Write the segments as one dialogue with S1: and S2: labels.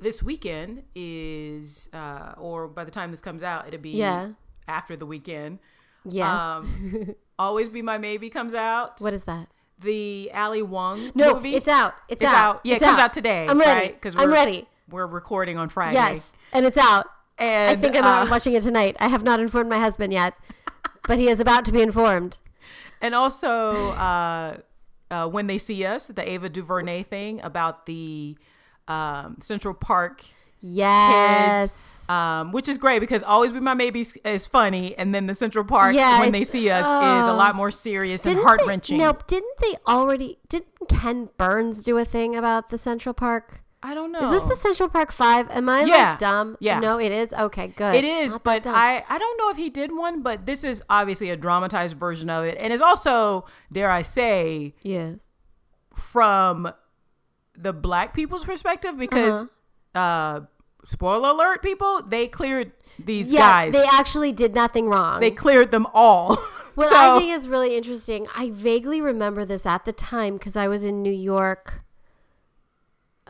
S1: this weekend is, uh, or by the time this comes out, it'll be
S2: Yeah.
S1: after the weekend.
S2: Yes.
S1: Um, Always Be My Maybe comes out.
S2: what is that?
S1: The Ali Wong
S2: No,
S1: movie.
S2: it's out. It's,
S1: It's out. Yeah,
S2: It's
S1: it comes out today.
S2: I'm ready.
S1: right? 'Cause
S2: I'm
S1: we're-
S2: ready.
S1: We're recording on Friday.
S2: Yes, and it's out.
S1: And
S2: I think I'm
S1: uh,
S2: not watching it tonight. I have not informed my husband yet, but he is about to be informed.
S1: And also, uh, uh, when they see us, the Ava DuVernay thing about the um, Central Park
S2: Yes.
S1: kids, um, which is great because Always Be My Maybe is funny, and then the Central Park
S2: Yeah,
S1: when they
S2: it's-
S1: see us is a
S2: oh.
S1: lot more serious and
S2: Didn't
S1: heart wrenching.
S2: They, nope. Didn't they already? Didn't Ken Burns do a thing about the Central Park?
S1: I don't
S2: Is
S1: know.
S2: this the Central Park Five? Am I
S1: Oh. Yeah.
S2: like dumb?
S1: Yeah.
S2: No, it is. Okay, good.
S1: it is,
S2: Not
S1: but
S2: that dumb.
S1: I, I don't know if he did one, but this is obviously a dramatized version of it. And it's also, dare I say,
S2: yes.
S1: from the black people's perspective because
S2: Uh-huh.
S1: uh spoiler alert people they cleared these
S2: Yeah,
S1: guys
S2: they
S1: they,
S2: actually did nothing wrong.
S1: cleared them all
S2: What
S1: so
S2: I think is really interesting, I vaguely remember this at the time because I was in New York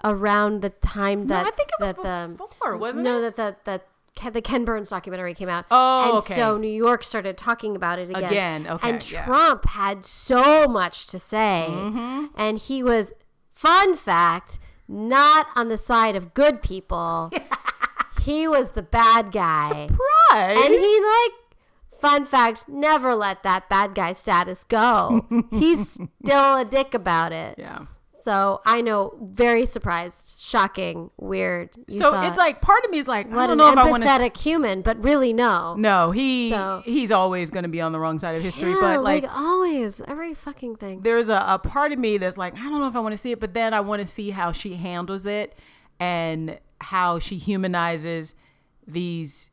S2: around the time
S1: No,
S2: that
S1: i think it was
S2: that the
S1: before wasn't
S2: no
S1: it
S2: that that that Ke- the Ken Burns documentary came out.
S1: Oh,
S2: and
S1: okay.
S2: so New York started talking about it again.
S1: Again, okay,
S2: and
S1: yeah.
S2: Trump had so much to say,
S1: Mm-hmm.
S2: and he was, fun fact, not on the side of good people. he was the bad guy.
S1: surprise
S2: And he like fun fact, never let that bad guy status go. He's still a dick about it.
S1: yeah
S2: So I know, very surprised, shocking, weird. You
S1: so
S2: thought,
S1: it's like part of me is like i
S2: what
S1: don't
S2: an
S1: know if i want to
S2: empathetic human, but really no.
S1: no he
S2: So-
S1: he's always going to be on the wrong side of history
S2: Yeah,
S1: but
S2: like, uh
S1: like
S2: always, every fucking thing.
S1: there's a, a part of me that's like, I don't know if I want to see it, but then I want to see how she handles it and how she humanizes these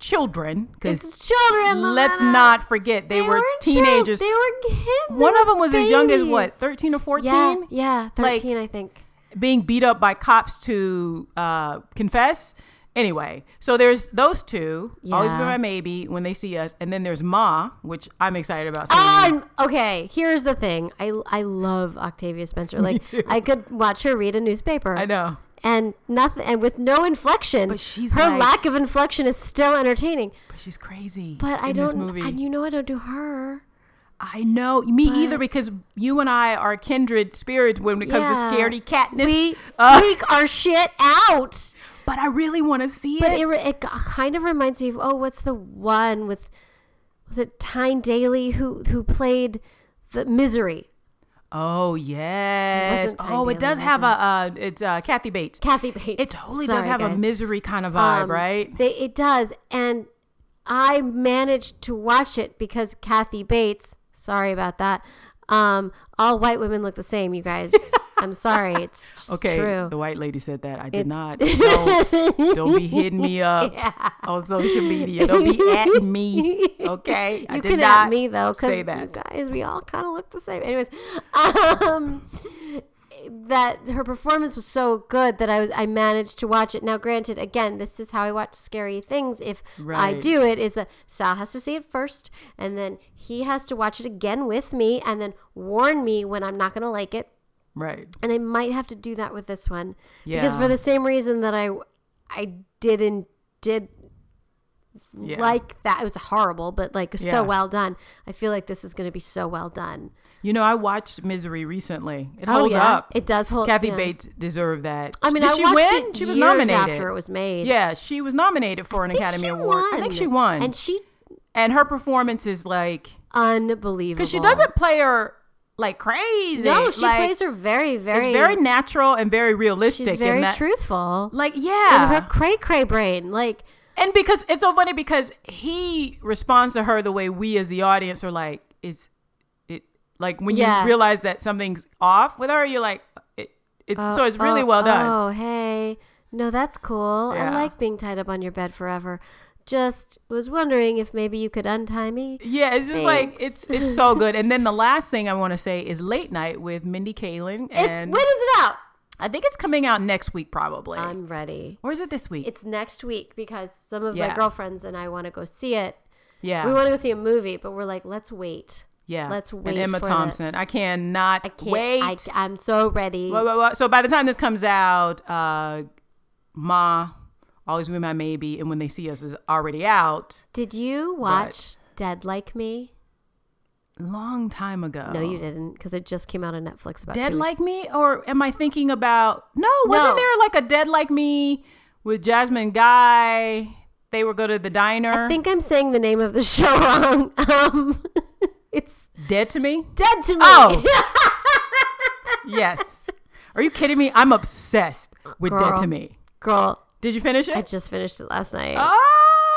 S1: children. Because
S2: It's children.
S1: let's
S2: Loretta.
S1: not forget, they, were
S2: weren't children.
S1: teenagers.
S2: They were kids. They
S1: One of
S2: were
S1: them was as young as what,
S2: babies.
S1: 13 or 14?
S2: Yeah, yeah,
S1: Like-
S2: thirteen, I think.
S1: Being beat up by cops to uh, confess. Anyway, so there's those two, always be
S2: Yeah.
S1: my maybe when they see us, and then there's Ma, which I'm excited about. Seeing.
S2: I'm okay. Here's the thing. I I love Octavia Spencer. Like
S1: too.
S2: I could watch her read a newspaper.
S1: I know.
S2: And nothing and with no inflection.
S1: But she's
S2: her
S1: like-
S2: lack of inflection is still entertaining.
S1: But she's crazy.
S2: But I
S1: in
S2: don't
S1: This movie.
S2: and you know I don't do her.
S1: I know, me either,
S2: But-
S1: because you and I are kindred spirits when it comes
S2: Yeah.
S1: to scaredy catness.
S2: We
S1: Uh,
S2: freak our shit out.
S1: but I really want to see
S2: But
S1: it.
S2: it, re- it g- kind of reminds me of oh, what's the one with was it Tyne Daly who who played the Misery?
S1: Oh yes.
S2: wasn't
S1: oh,
S2: Tyne
S1: it does
S2: Daly,
S1: have a. Uh, it's uh, Kathy Bates.
S2: Kathy Bates.
S1: It totally does
S2: Sorry,
S1: have a
S2: guys.
S1: misery kind of vibe,
S2: Um,
S1: right?
S2: They, it does. And I managed to watch it because Kathy Bates, sorry about that. Um, all white women look the same, you guys. I'm sorry. It's just
S1: Okay,
S2: true.
S1: the white lady said that. I did
S2: It's-
S1: not. Don't, don't be hitting me up on social media. Don't be at me. Okay, I
S2: you
S1: did
S2: can
S1: not
S2: at me though,
S1: say
S2: because
S1: that.
S2: guys, we all kind of look the same. Anyways, um, that her performance was so good that I was I managed to watch it. Now, granted, again, this is how I watch scary things. If I
S1: Right.
S2: do it, is that Sal has to see it first, and then he has to watch it again with me, and then warn me when I'm not going to like it.
S1: Right.
S2: And I might have to do that with this one because
S1: Yeah.
S2: for the same reason that I I didn't did
S1: Yeah.
S2: like that. It was horrible, but like
S1: Yeah.
S2: so well done. I feel like this is going to be so well done.
S1: you know, I watched Misery recently. It holds up.
S2: Oh, It does hold.
S1: Kathy
S2: yeah.
S1: Bates deserved that.
S2: I mean,
S1: Did
S2: I
S1: she
S2: watched
S1: win?
S2: it
S1: she was
S2: years
S1: nominated.
S2: after it was made.
S1: yeah, she was nominated for an
S2: I think
S1: Academy
S2: she
S1: Award. I think she won.
S2: and
S1: And,
S2: she
S1: her performance is like
S2: unbelievable
S1: because she doesn't play her like crazy.
S2: No, she
S1: like,
S2: plays her very, very,
S1: It's very natural and very realistic.
S2: she's very
S1: in that,
S2: truthful.
S1: Like
S2: in
S1: yeah,
S2: her cray cray brain, like
S1: and because it's so funny because he responds to her the way we as the audience are like it's it like when
S2: Yeah.
S1: you realize that something's off with her, you're like it, it's so it's really
S2: oh,
S1: well done.
S2: Oh, hey. No, that's cool. I
S1: Yeah.
S2: like being tied up on your bed forever. Just was wondering if maybe you could untie me.
S1: Yeah, it's just like
S2: Thanks.
S1: it's it's so good. And then the last thing I want to say is late night with Mindy Kaling.
S2: It's
S1: And
S2: when is it out?
S1: I think it's coming out next week probably.
S2: I'm ready.
S1: or is it this week?
S2: It's next week because some of my
S1: Yeah.
S2: girlfriends and I want to go see it.
S1: yeah.
S2: We want to go see a movie, but we're like, let's wait.
S1: yeah.
S2: let's wait
S1: And Emma
S2: for the-
S1: Thompson. I cannot
S2: I can't.
S1: wait.
S2: I, I'm so ready.
S1: Whoa, whoa, whoa. So by the time this comes out, uh Ma, Always Be My Maybe, and When They See Us is already out.
S2: Did you watch Dead Like Me?
S1: Long time ago.
S2: No, you didn't, because it just came out on Netflix about two
S1: Oh. Dead
S2: weeks-
S1: Like Me? Or am I thinking about. No, wasn't
S2: No.
S1: there like a Dead Like Me with Jasmine Guy? They would go to the diner.
S2: I think I'm saying the name of the show wrong. Um, it's
S1: Dead to Me?
S2: Dead to Me.
S1: Oh. yes. Are you kidding me? I'm obsessed with Dead
S2: Girl.
S1: to Me.
S2: Girl,
S1: Did you finish it?
S2: I just finished it last night.
S1: oh!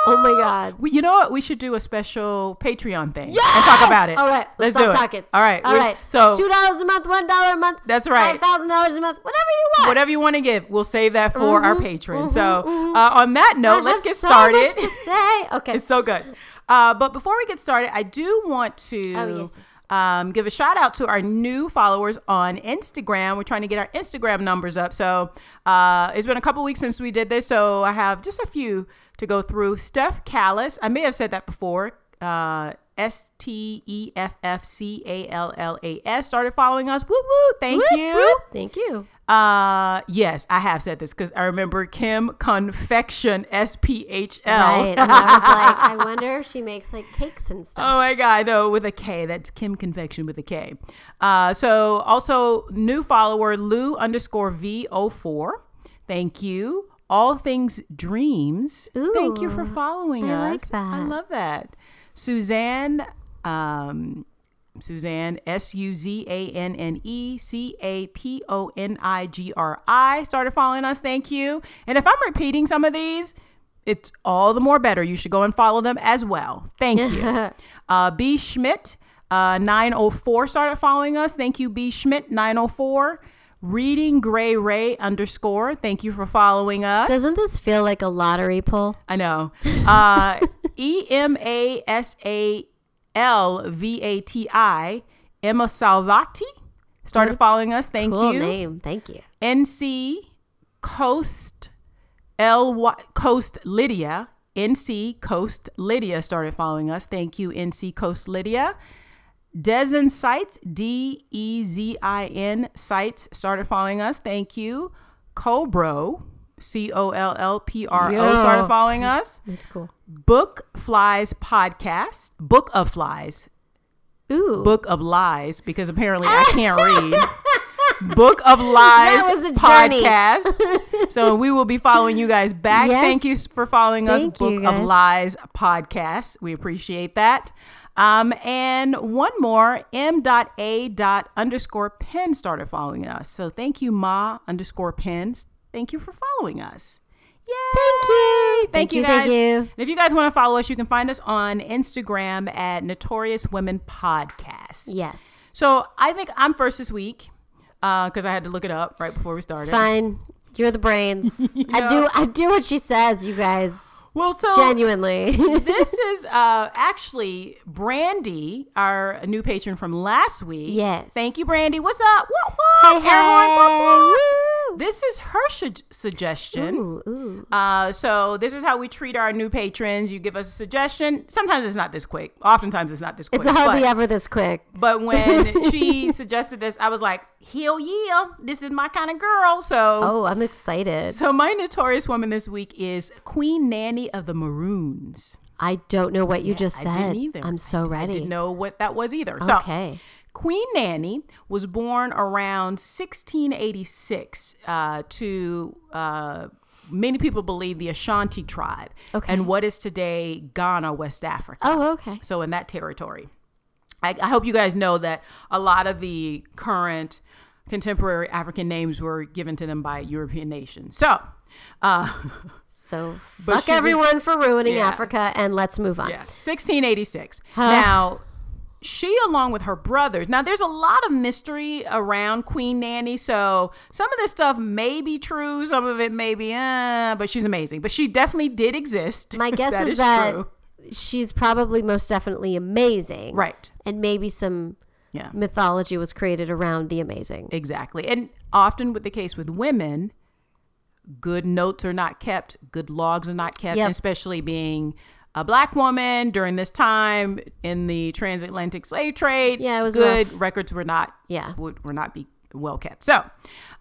S2: Oh my God.
S1: We, you know what? We should do a special Patreon thing and talk about it.
S2: All right,
S1: let's
S2: let's stop
S1: do it.
S2: talking.
S1: All right,
S2: all
S1: we-
S2: right.
S1: So
S2: two dollars a month, one dollar a month.
S1: That's right.
S2: Five thousand dollars a month, whatever you want.
S1: whatever you want to give, we'll save that for our
S2: Mm-hmm,
S1: patrons. so
S2: mhm.
S1: uh, on that
S2: I
S1: note,
S2: have
S1: let's get
S2: so
S1: started.
S2: much to say. Okay.
S1: it's so good. Uh, but before we get started, I do want to
S2: Oh, yes, yes.
S1: um, give a shout out to our new followers on Instagram. We're trying to get our Instagram numbers up. So uh, it's been a couple weeks since we did this. So I have just a few to go through. Steph Callis, I may have said that before. Uh, S T E F F C A L L A S started following us. Woo woo! Thank
S2: Whoop,
S1: you.
S2: whoop. Thank you.
S1: Uh, yes, I have said this because I remember Kim Confection S P H L.
S2: Right. And I was like, I wonder if she makes like cakes and stuff.
S1: Oh my God, no, with a K. That's Kim Confection with a K. Uh, so also new follower Lou underscore V04. Thank you. All Things Dreams. Thank you for following
S2: I like
S1: us. I
S2: that.
S1: love that. Suzanne, um, Suzanne, S U Z A N N E C A P O N I G R I started following us. Thank you. And if I'm repeating some of these, it's all the more better. You should go and follow them as well. Thank you. uh, B. Schmidt, uh, 904 started following us. Thank you, B. Schmidt, 904. Reading Gray Ray underscore. Thank you for following us.
S2: Doesn't this feel like a lottery pull?
S1: I know. Uh, e M A S A L V A T I, Emma Salvati started following us. Thank
S2: Cool
S1: you.
S2: name. Thank you.
S1: NC Coast L Y Coast Lydia. NC Coast Lydia started following us. Thank you, NC Coast Lydia. Dezen Sites, D E Z I N Sites started following us. Thank you. Cobro, C O L L P R O
S2: Yeah.
S1: started following us.
S2: That's cool.
S1: Book Flies Podcast, Book of Flies,
S2: Ooh.
S1: Book of Lies, because apparently I can't read. Book of Lies
S2: That was a journey.
S1: podcast. so we will be following you guys back.
S2: Yes.
S1: Thank you s- for following us,
S2: Thank you,
S1: Book of
S2: guys.
S1: Lies podcast. We appreciate that. Um, and one more, M. dot A. dot underscore pen started following us. So thank you, ma underscore pen. Thank you for following us. Yay! Thank you. Thank,
S2: Thank
S1: you
S2: you,
S1: guys.
S2: thank you.
S1: And if you guys want to follow us, you can find us on Instagram at Notorious Women Podcast.
S2: yes.
S1: So I think I'm first this week because I had to look it up right before we started.
S2: It's fine. You're the brains. I do. I do what she says. You guys.
S1: Well, so
S2: Genuinely.
S1: this is uh, actually Brandy, our new patron from last week.
S2: Yes.
S1: Thank you, Brandy. What's up? What,
S2: Hey,
S1: what? Everyone, what,
S2: Oh,
S1: what?
S2: hey. Woo.
S1: This is her su- suggestion.
S2: Ooh, ooh.
S1: Uh, so this is how we treat our new patrons. You give us a suggestion. Sometimes it's not this quick. Oftentimes it's not this quick.
S2: It's hardly
S1: but,
S2: ever this quick.
S1: but when she suggested this, I was like, "Hell yeah, this is my kind of girl." So
S2: Oh, I'm excited.
S1: So my notorious woman this week is Queen Nanny of the Maroons.
S2: I don't know what you just
S1: I
S2: said.
S1: didn't either.
S2: I'm so ready.
S1: Didn't know what that was either.
S2: Okay.
S1: So Queen Nanny was born around 1686 uh, to. Uh, Many people believe the Ashanti tribe
S2: Okay.
S1: and what is today Ghana, West Africa.
S2: Oh, okay.
S1: So in that territory. I, I hope you guys know that a lot of the current contemporary African names were given to them by European nations. So, uh,
S2: So
S1: But
S2: fuck
S1: she was-
S2: everyone for ruining
S1: Yeah.
S2: Africa and let's move on.
S1: yeah, 1686. Now, she along with her brothers. Now, there's a lot of mystery around Queen Nanny, so some of this stuff may be true, some of it may be, uh, but she's amazing. But she definitely did exist.
S2: My guess
S1: That
S2: is that
S1: true.
S2: she's probably most definitely amazing.
S1: right.
S2: And maybe some
S1: Yeah.
S2: mythology was created around the amazing.
S1: Exactly. And often with the case with women, good notes are not kept, good logs are not kept,
S2: Yep.
S1: especially being a black woman during this time in the transatlantic slave trade.
S2: Yeah, it was
S1: good records were not
S2: Yeah.
S1: would were not be well kept. So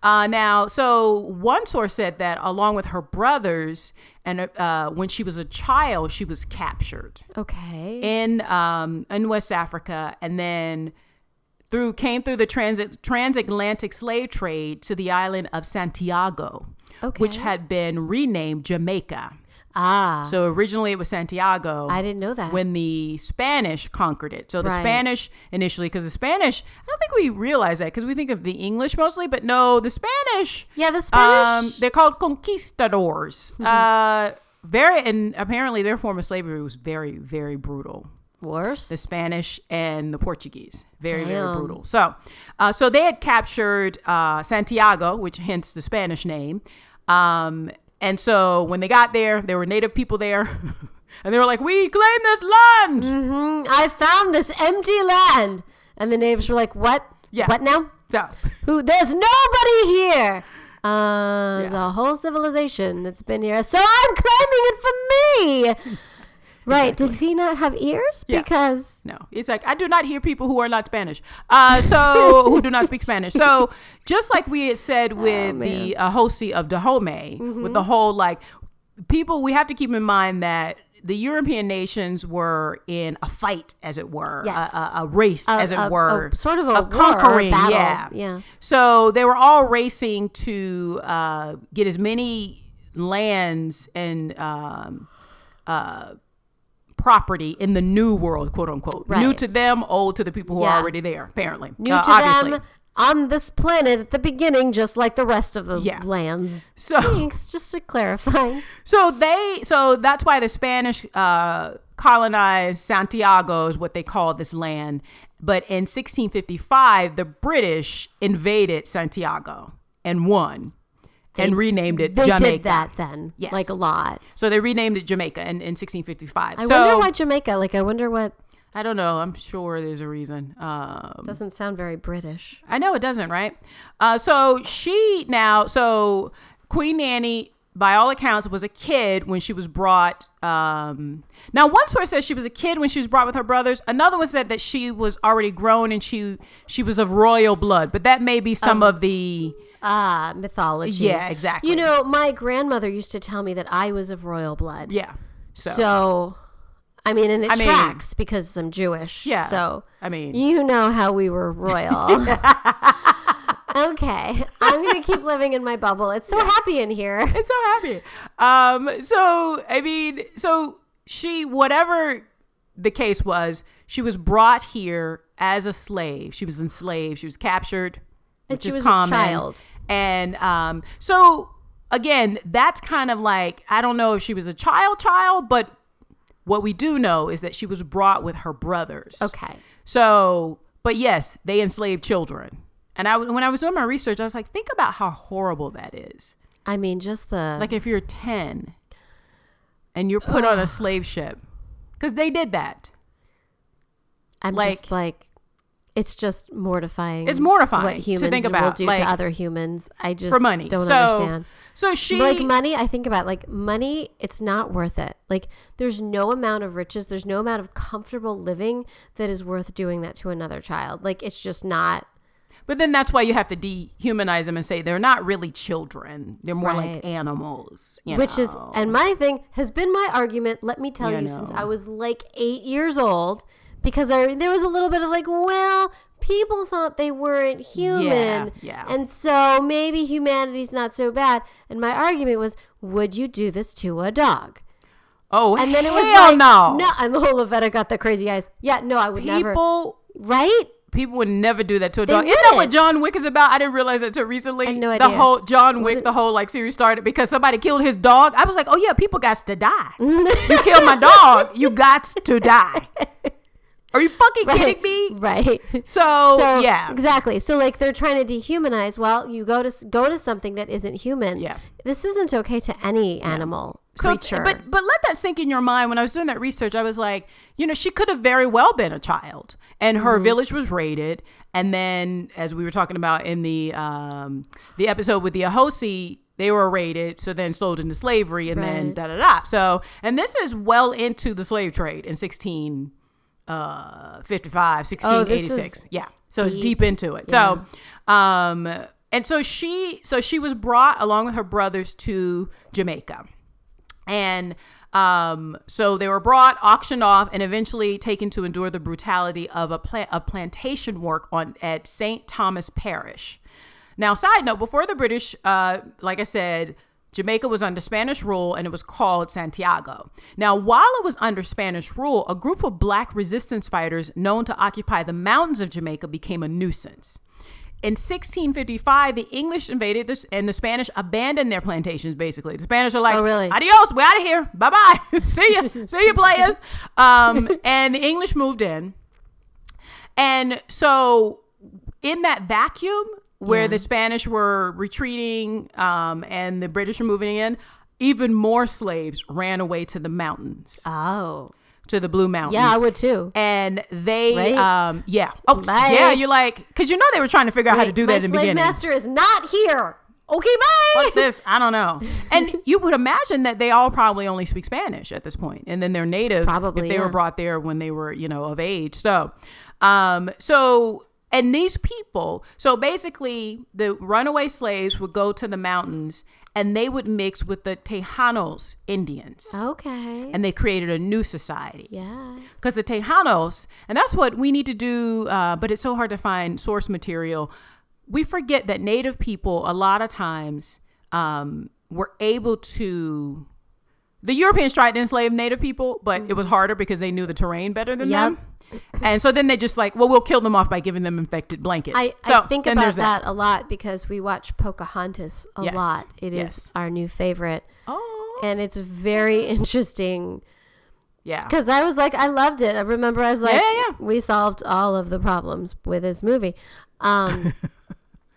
S1: uh, now, so one source said that along with her brothers, and uh, when she was a child, she was captured
S2: Okay.
S1: in um, in West Africa, and then through came through the transit transatlantic slave trade to the island of Santiago, which
S2: Okay.
S1: had been renamed Jamaica.
S2: ah,
S1: So originally it was Santiago
S2: I didn't know that.
S1: when the Spanish conquered it. So the
S2: Right.
S1: Spanish initially, because the Spanish, I don't think we realize that because we think of the English mostly, but no, the Spanish. um,
S2: Yeah, the Spanish- Mm-hmm.
S1: they're called conquistadors. Uh, very, and apparently their form of slavery was very, very brutal
S2: Worse.
S1: the Spanish and the Portuguese. Very, very
S2: Damn.
S1: brutal. So, uh, so they had captured uh, Santiago, which hence the Spanish name. Um, and so when they got there, there were native people there, and they were like, "We claim this land."
S2: Mm, I found this empty land, and the natives were like, "What?
S1: Yeah.
S2: What now?
S1: So,
S2: Who? There's nobody here." Uh, There's a whole civilization that's been here, so I'm claiming it for me. Right? Did he not have ears?
S1: Yeah.
S2: Because
S1: no, it's like I do not hear people who are not Spanish. Uh, so who do not speak Spanish. So just like we had said
S2: Oh,
S1: with the uh, Hosi of Dahomey, with
S2: Mm-hmm.
S1: the whole like people, we have to keep in mind that. The European nations were in a fight, as it were, a-
S2: Yes.
S1: a, a, race, as it
S2: a- a-
S1: were,
S2: sort of a war or a
S1: conquering,
S2: battle.
S1: yeah,
S2: Yeah.
S1: So they were all racing to uh, get as many lands and um, property in the new world, quote unquote. New
S2: Right.
S1: to them, old to the people who are
S2: Yeah.
S1: already there, apparently.
S2: new
S1: Uh,
S2: to them on this planet at the beginning, just like the rest of the
S1: Yeah.
S2: lands.
S1: So
S2: Thanks. Just to clarify.
S1: so they so that's why the Spanish uh, colonized Santiago is what they call this land. But in 1655, the British invaded Santiago and won and renamed it
S2: They
S1: Jamaica.
S2: did that then,
S1: Yes.
S2: like a lot.
S1: So they renamed it Jamaica in, in 1655.
S2: I
S1: so
S2: wonder why Jamaica. Like, I wonder what
S1: I don't know. I'm sure there's a reason. Um,
S2: doesn't sound very British.
S1: I know it doesn't, right? Uh, so she now, so Queen Nanny, by all accounts, was a kid when she was brought. Um, now, one source says she was a kid when she was brought with her brothers. Another one said that she was already grown and she she was of royal blood, but that may be some
S2: Um,
S1: of the
S2: Ah, mythology.
S1: yeah, exactly.
S2: You know, my grandmother used to tell me that I was of royal blood.
S1: yeah. So,
S2: So, I mean, and it
S1: I mean-
S2: tracks because I'm Jewish.
S1: Yeah.
S2: So,
S1: I mean,
S2: you know how we were royal. okay. I'm going to keep living in my bubble. It's so happy in here.
S1: it's so happy. Um, so I mean, so she, whatever the case was, she was brought here as a slave. She was enslaved. She was captured,
S2: And
S1: which
S2: she
S1: is
S2: was a
S1: common.
S2: child.
S1: And um, so again, that's kind of like I don't know if she was a child, child, but what we do know is that she was brought with her brothers.
S2: Okay.
S1: So, but yes, they enslaved children. And I, when I was doing my research, I was like, think about how horrible that is.
S2: I mean, just the.
S1: Like if you're 10 and you're put on a slave ship, because they did that.
S2: I'm
S1: like-
S2: just like. It's just mortifying.
S1: It's mortifying
S2: what
S1: to
S2: humans
S1: think
S2: will
S1: about,
S2: do
S1: like,
S2: to other humans. I just
S1: For money.
S2: don't
S1: so,
S2: understand.
S1: So she,
S2: like money i think about like money it's not worth it like there's no amount of riches there's no amount of comfortable living that is worth doing that to another child like it's just not
S1: but then that's why you have to dehumanize them and say they're not really children. They're more like
S2: Right.
S1: animals. you
S2: which is
S1: know.
S2: and my thing has been my argument let me tell
S1: You
S2: you, since
S1: know.
S2: i was like eight years old because I, there was a little bit of like well people thought they weren't human
S1: yeah.
S2: and so maybe humanity's not so bad and my argument was would you do this to a dog
S1: oh,
S2: And then it was
S1: hell
S2: like,
S1: no.
S2: no, and the whole Lavetta got the crazy eyes. Yeah, no, I would never.
S1: People.
S2: Right?
S1: People would never do that to a dog. Isn't that what
S2: wouldn't.
S1: John Wick is about? I didn't realize that until recently.
S2: had no
S1: the
S2: idea.
S1: whole John Wick, the whole like series started because somebody killed his dog. I was like, oh yeah, people got to die. you kill my dog, you got to die. Are you fucking kidding me?
S2: Right.
S1: So,
S2: So
S1: yeah,
S2: exactly. So like they're trying to dehumanize. Well, you go to s- go to something that isn't human.
S1: Yeah.
S2: This isn't okay to any animal
S1: so
S2: creature.
S1: but but let that sink in your mind. When I was doing that research, I was like, you know, she could have very well been a child, and
S2: Mm-hmm.
S1: her village was raided, and then as we were talking about in the um the episode with the Ahosi. They were raided, so then sold into slavery, and then
S2: Right.
S1: da da da. So, and this is well into the slave trade in sixteen uh, 55, 16,
S2: Oh, this
S1: 86.
S2: is
S1: Yeah. So it's
S2: deep.
S1: deep into it. So, um, and so she, so she was brought along with her brothers to Jamaica. And um, so they were brought, auctioned off, and eventually taken to endure the brutality of a, pla- a plantation work on at St. Thomas Parish. Now, side note: before the British, uh, like I said, Jamaica was under Spanish rule, and it was called Santiago. Now, while it was under Spanish rule, a group of black resistance fighters known to occupy the mountains of Jamaica became a nuisance. In 1655, the English invaded this, and the Spanish abandoned their plantations. Basically, the Spanish are like,
S2: Oh, really?
S1: "Adios, we're out of here. Bye bye. see you, see you, players." Um, and the English moved in, and so in that vacuum where
S2: Yeah.
S1: the Spanish were retreating um, and the British were moving in, even more slaves ran away to the mountains,
S2: Oh.
S1: to the Blue Mountains.
S2: Yeah, I would too.
S1: And they,
S2: Right?
S1: um, yeah, oh s-
S2: Bye.
S1: yeah, you're like, because you know they were trying to figure out how to
S2: Like,
S1: do that
S2: my
S1: in the
S2: slave
S1: beginning.
S2: master is not here. Okay, bye.
S1: Fuck this, I don't know. And you would imagine that they all probably only speak Spanish at this point, and then they're native
S2: Probably,
S1: if they were
S2: yeah.
S1: brought there when they were you know of age. So, um, so and these people, so basically the runaway slaves would go to the mountains and they would mix with the Tejanos Indians,
S2: Oh. Okay.
S1: and they created a new society
S2: yeah.
S1: because the Tejanos, and that's what we need to do, uh, but it's so hard to find source material. We forget that Native people, a lot of times, um, were able to. The Europeans tried to enslave Native people, but it was harder because they knew the terrain better than
S2: Mm-hmm. Yep.
S1: them. And so then they just like, well, we'll kill them off by giving them infected blankets.
S2: I,
S1: so
S2: I think
S1: then
S2: about
S1: there's
S2: that. a lot because we watch Pocahontas a
S1: Yes.
S2: lot. It is
S1: Yes.
S2: our new favorite.
S1: Oh,
S2: And it's very interesting
S1: yeah.
S2: because I was like, I loved it. I remember I was like,
S1: Yeah, yeah.
S2: we solved all of the problems with this movie. Um,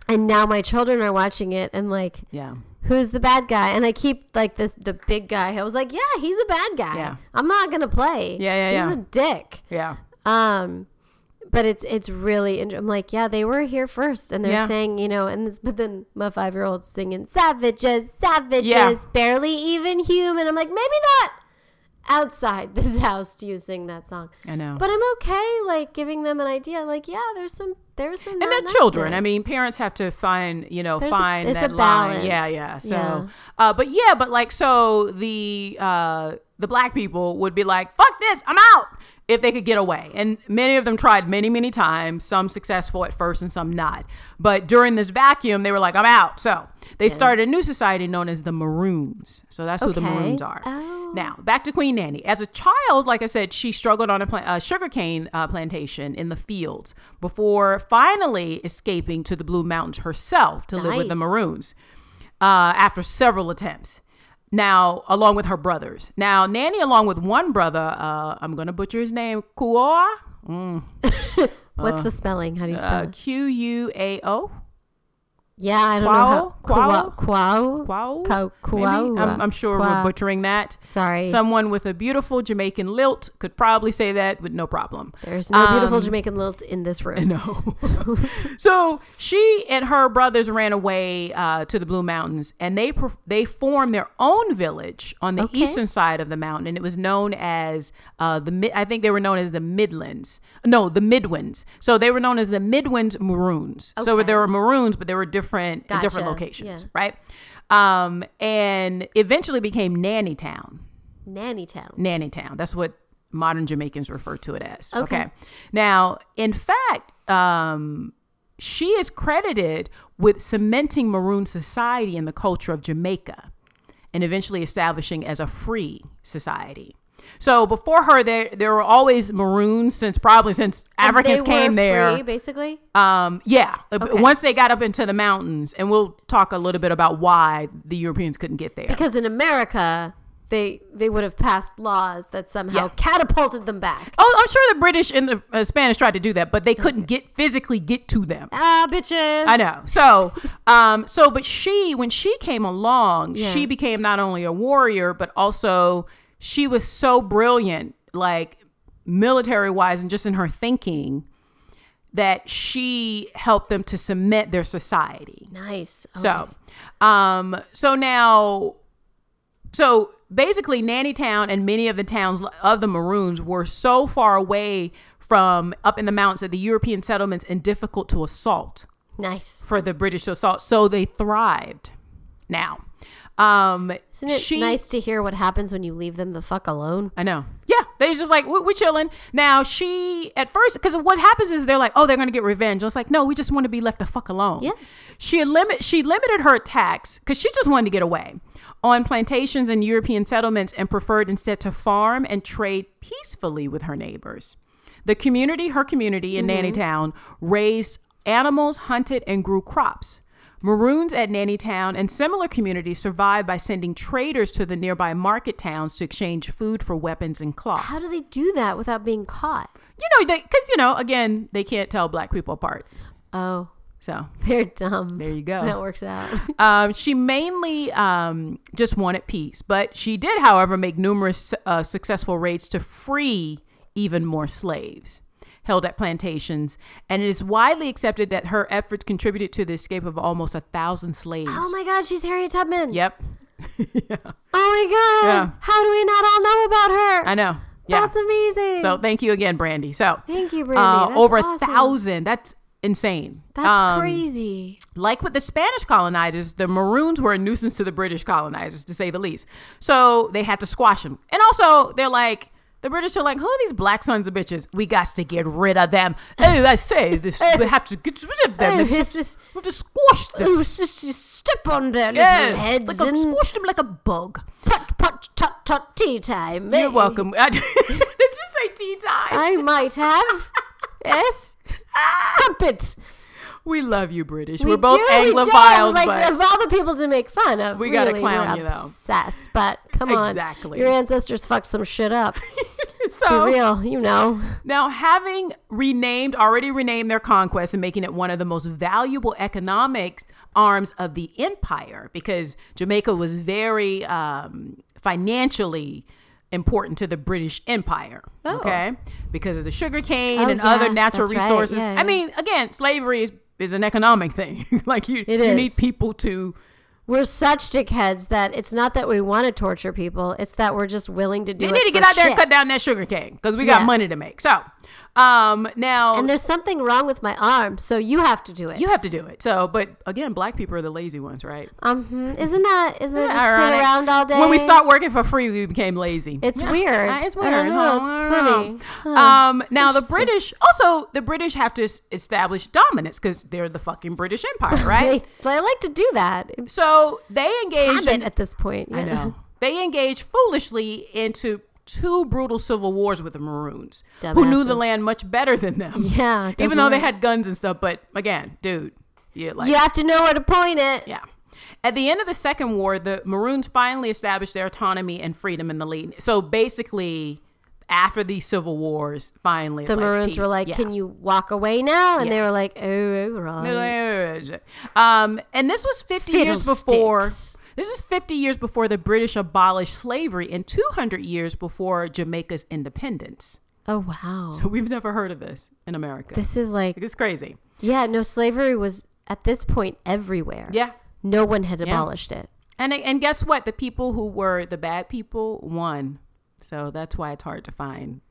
S2: and now my children are watching it and like,
S1: Yeah.
S2: who's the bad guy? And I keep like this the big guy. I was like, yeah, he's a bad guy.
S1: Yeah.
S2: I'm not gonna play.
S1: Yeah, yeah,
S2: He's
S1: yeah.
S2: a dick.
S1: Yeah.
S2: Um, but it's it's really inter- I'm like, yeah, they were here first, and they're
S1: Yeah.
S2: saying, you know, and this, but then my five year old's singing savages, savages, barely even human. I'm like, maybe not outside this house. Do you sing that song?
S1: I know.
S2: But I'm okay, like giving them an idea. Like, yeah, there's some, there's some,
S1: and they're children. I mean, parents have to find you know
S2: There's a-
S1: find
S2: it's
S1: that
S2: a
S1: line. Yeah,
S2: balance.
S1: yeah. So,
S2: Yeah.
S1: Uh, but yeah, but like so the uh, the black people would be like, "Fuck this, I'm out." If they could get away, and many of them tried many, many times, some successful at first and some not. But during this vacuum, they were like, "I'm out." So they started a new society known as the Maroons. So that's who the
S2: Okay.
S1: Maroons are.
S2: Oh.
S1: Now back to Queen Nanny. As a child, like I said, she struggled on a plant, uh, sugarcane uh, plantation in the fields before finally escaping to the Blue Mountains herself to live with the
S2: Nice.
S1: Maroons. Uh, after several attempts, now along with her brothers. Now Nanny, along with one brother, uh, I'm gonna butcher his name, Kuoa,
S2: what's the spelling? How do you spell
S1: uh,
S2: it?
S1: Q U A O.
S2: Yeah, I don't know. How,
S1: Quao?
S2: Quao?
S1: Quao?
S2: Quao?
S1: Maybe?
S2: Quao?
S1: I'm, I'm sure
S2: Quao.
S1: we're butchering that.
S2: Sorry.
S1: Someone with a beautiful Jamaican lilt could probably say that with no problem.
S2: There's no beautiful
S1: Um,
S2: Jamaican lilt in this room.
S1: No. so she and her brothers ran away uh, to the Blue Mountains, and they perf- they formed their own village on the
S2: Okay.
S1: eastern side of the mountain, and it was known as uh, the mid- I think they were known as the Midlands. No, the Midwinds. So they were known as the Midwinds Maroons. So
S2: Okay.
S1: there were Maroons, but there were different in different
S2: Gotcha.
S1: locations,
S2: Yeah.
S1: right? Um, and eventually became Nanny Town.
S2: Nanny Town.
S1: Nanny Town. That's what modern Jamaicans refer to it as. Okay.
S2: Okay.
S1: Now, in fact, um, she is credited with cementing Maroon society in the culture of Jamaica and eventually establishing as a free society. So before her, there there were always Maroons since probably since Africans
S2: They
S1: came
S2: were
S1: there.
S2: free, basically.
S1: Um, yeah.
S2: Okay.
S1: Once they got up into the mountains, and we'll talk a little bit about why the Europeans couldn't get there.
S2: Because in America, they they would have passed laws that somehow
S1: Yeah.
S2: catapulted them back.
S1: Oh, I'm sure the British and the uh, Spanish tried to do that, but they couldn't get physically get to them.
S2: Ah, bitches.
S1: I know. So, um, so but she, when she came along,
S2: Yeah.
S1: she became not only a warrior but also she was so brilliant, like military wise and just in her thinking, that she helped them to cement their society.
S2: Oh, Nice. Okay.
S1: So, um, so now, so basically Nanny Town and many of the towns of the Maroons were so far away from up in the mountains that the European settlements and difficult to assault
S2: Nice.
S1: for the British to assault. So they thrived. Now, um,
S2: Isn't it
S1: she,
S2: nice to hear what happens when you leave them the fuck alone?
S1: I know. Yeah, they just like we we chilling. Now she at first because what happens is they're like, oh, they're gonna get revenge. I was like, no, we just want to be left the fuck alone.
S2: Yeah.
S1: She limit she limited her attacks because she just wanted to get away on plantations and European settlements and preferred instead to farm and trade peacefully with her neighbors. The community, her community in Nannytown, raised animals, hunted, and grew crops. Maroons at Nannytown and similar communities survived by sending traders to the nearby market towns to exchange food for weapons and cloth.
S2: How do they do that without being caught?
S1: You know, because, you know, again, they can't tell black people apart.
S2: Oh,
S1: So
S2: they're dumb.
S1: there you go.
S2: That works out.
S1: Um, she mainly um, just wanted peace, but she did, however, make numerous uh, successful raids to free even more slaves held at plantations. And it is widely accepted that her efforts contributed to the escape of almost a thousand slaves.
S2: oh my God, she's Harriet Tubman.
S1: Yep,
S2: Oh my God.
S1: Yeah.
S2: How do we not all know about her?
S1: I know. Yeah.
S2: That's amazing.
S1: so thank you again, Brandy. So
S2: Thank you,
S1: uh,
S2: Brandy. That's
S1: over a
S2: awesome.
S1: thousand. That's insane.
S2: That's
S1: Um,
S2: crazy.
S1: Like with the Spanish colonizers, the Maroons were a nuisance to the British colonizers, to say the least. So they had to squash them. And also, they're like, the British are like, who are these black sons of bitches? We got to get rid of them. Oh, I say, this, we have to get rid of them. We
S2: Oh, it's just,
S1: have to squash
S2: oh,
S1: this.
S2: it's just you step on their
S1: Yeah,
S2: little heads
S1: like a,
S2: and
S1: squash them like a bug.
S2: put, put, tut, tut, tea time.
S1: You're welcome. I, did you say tea time?
S2: I might have. yes. Crumpet.
S1: we love you, British.
S2: We
S1: are both
S2: do, we do.
S1: Anglophiles,
S2: Like
S1: but
S2: of all the people to make fun of,
S1: We
S2: really,
S1: gotta clown
S2: we're
S1: you, though.
S2: Obsessed, but come on,
S1: Exactly.
S2: Your ancestors fucked some shit up.
S1: so.
S2: Be real, you know.
S1: Now, having renamed, already renamed their conquest and making it one of the most valuable economic arms of the empire, because Jamaica was very um, financially important to the British Empire. Okay. Because of the sugar cane
S2: Oh,
S1: and
S2: yeah,
S1: other natural
S2: that's right.
S1: resources.
S2: Yeah,
S1: I
S2: yeah.
S1: mean, again, slavery is, is an economic thing. like, you,
S2: It
S1: you
S2: is.
S1: need people to.
S2: We're such dickheads that it's not that we want to torture people; it's that we're just willing to do.
S1: You
S2: it
S1: need to get
S2: for
S1: out there and
S2: shit.
S1: cut down that sugar cane because we got
S2: Yeah.
S1: money to make. So, um, now.
S2: And there's something wrong with my arm, so you have to do it.
S1: you have to do it. So, but again, black people are the lazy ones, right?
S2: um, hmm, isn't that isn't it just
S1: Ironic.
S2: sit around all day?
S1: When we start working for free, we became lazy.
S2: It's
S1: Yeah.
S2: weird.
S1: Uh, It's
S2: I
S1: weird.
S2: don't know. It's
S1: I don't
S2: funny.
S1: know. Um, now the British also the British have to s- establish dominance because they're the fucking British Empire,
S2: I,
S1: right?
S2: I like to do that. It's
S1: so they engage.
S2: Habit
S1: In,
S2: at this point.
S1: I know they engage foolishly into two brutal civil wars with the Maroons, who knew the
S2: Dumbasses.
S1: land much better than them.
S2: Yeah, it
S1: even
S2: doesn't
S1: though they
S2: work.
S1: had guns and stuff. But again, dude, yeah, like
S2: You have to know where to point it.
S1: Yeah. At the end of the Second War, the Maroons finally established their autonomy and freedom in the lead. So basically, after these civil wars, finally, it's
S2: the Maroons
S1: peace.
S2: were like,
S1: Yeah.
S2: "Can you walk away now?" And they were like, "Oh, right."
S1: Um, and this was 50 years before.
S2: Fiddlesticks.
S1: This is 50 years before the British abolished slavery and 200 years before Jamaica's independence.
S2: Oh wow,
S1: So we've never heard of this in America.
S2: this is like,
S1: Like, it's crazy.
S2: yeah, no, slavery was at this point everywhere.
S1: Yeah.
S2: no one had abolished it.
S1: And and guess what? The people who were the bad people won. So that's why it's hard to find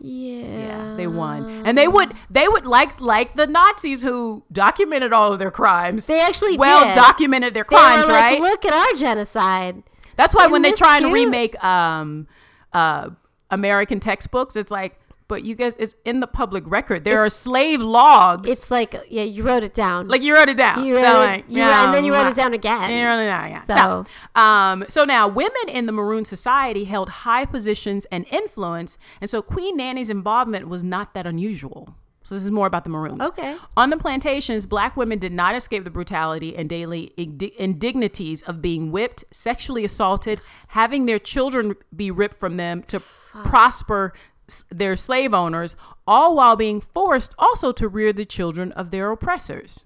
S2: Yeah,
S1: Yeah, they won, and they would they would like like the Nazis who documented all of their crimes.
S2: They actually
S1: well
S2: did.
S1: documented their
S2: They were
S1: crimes,
S2: like,
S1: right?
S2: Look at our genocide.
S1: That's why when
S2: isn't
S1: they
S2: this
S1: try and
S2: cute?
S1: remake um, uh, American textbooks, it's like, but you guys, it's in the public record. There are slave logs.
S2: It's like, yeah, you wrote it down.
S1: like you wrote it down.
S2: you wrote
S1: So,
S2: it,
S1: like,
S2: you, and then you wrote
S1: yeah.
S2: it down again.
S1: Yeah, really not, yeah. So,
S2: So-
S1: um, so now women in the Maroon Society held high positions and influence, and so Queen Nanny's involvement was not that unusual. So this is more about the Maroons.
S2: Okay.
S1: On the plantations, black women did not escape the brutality and daily indi- indignities of being whipped, sexually assaulted, having their children be ripped from them to prosper s- their slave owners, all while being forced also to rear the children of their oppressors.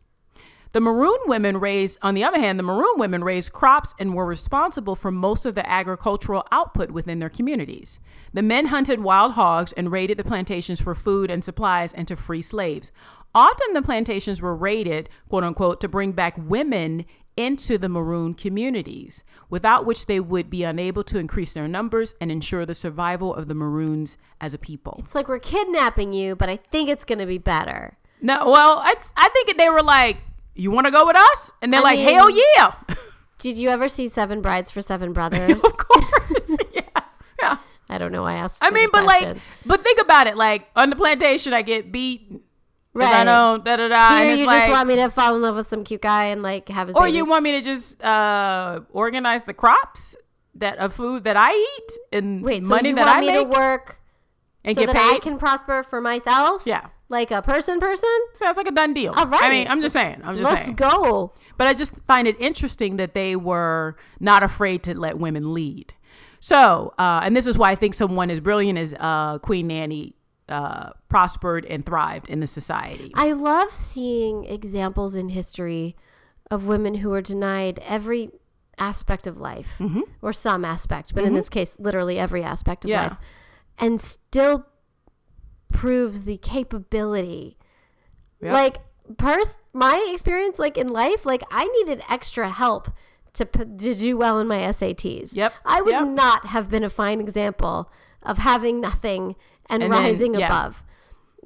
S1: The maroon women raised, on the other hand, the maroon women raised crops and were responsible for most of the agricultural output within their communities. The men hunted wild hogs and raided the plantations for food and supplies and to free slaves. Often the plantations were raided, quote unquote, to bring back women into the maroon communities, without which they would be unable to increase their numbers and ensure the survival of the maroons as a people.
S2: It's like we're kidnapping you, but I think it's going to be better.
S1: No, well, it's, I think they were like, "You want to go with us?" And they're
S2: I
S1: like,
S2: mean-
S1: "Hell yeah!"
S2: Did you ever see Seven Brides for Seven Brothers?
S1: of course, yeah, yeah.
S2: I don't know why I asked.
S1: I mean, but like, but think about it. Like on the plantation, I get beat. Right. I
S2: Right.
S1: don't. Da da da.
S2: Here
S1: and it's
S2: you
S1: like,
S2: just want me to fall in love with some cute guy and like have his.
S1: or
S2: babies.
S1: you want me to just uh, organize the crops that of food that I eat and
S2: wait? So
S1: money
S2: you
S1: that
S2: want
S1: I
S2: me
S1: make
S2: to work
S1: and
S2: so
S1: get
S2: that
S1: paid.
S2: I can prosper for myself?
S1: yeah,
S2: Like a person, person.
S1: sounds like a done deal.
S2: All
S1: I
S2: right.
S1: mean, I'm just saying. I'm just
S2: Let's
S1: saying.
S2: go.
S1: But I just find it interesting that they were not afraid to let women lead. So, uh, and this is why I think someone as brilliant as uh, Queen Nanny uh, prospered and thrived in the society.
S2: I love seeing examples in history of women who were denied every aspect of life
S1: Mm-hmm.
S2: or some aspect, but in this case, literally every aspect of
S1: Yeah.
S2: life, and still proves the capability.
S1: Yep.
S2: Like, pers- my experience, like in life, like I needed extra help to, p- to do well in my SATs.
S1: Yep.
S2: I would
S1: Yep.
S2: not have been a fine example of having nothing and,
S1: And then-
S2: rising
S1: yeah.
S2: above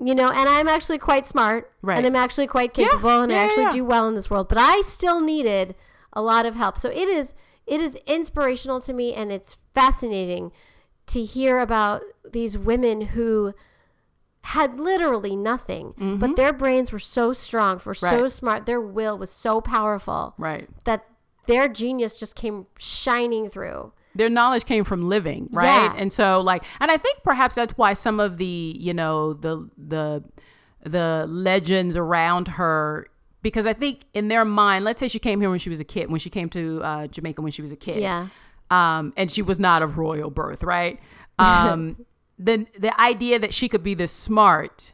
S2: you know, and I'm actually quite smart,
S1: Right.
S2: and I'm actually quite capable, and
S1: yeah,
S2: I actually
S1: yeah.
S2: do well in this world. But I still needed a lot of help, so it is it is inspirational to me, and it's fascinating to hear about these women who had literally nothing, but their brains were so strong, were so
S1: Mm-hmm. Right.
S2: smart, their will was so powerful
S1: right.
S2: that their genius just came shining through.
S1: their knowledge came from living right
S2: Yeah.
S1: and so like and i think perhaps that's why some of the you know the the the legends around her because i think in their mind let's say she came here when she was a kid when she came to uh, jamaica when she was a kid
S2: Yeah.
S1: um, and she was not of royal birth right um, the the idea that she could be this smart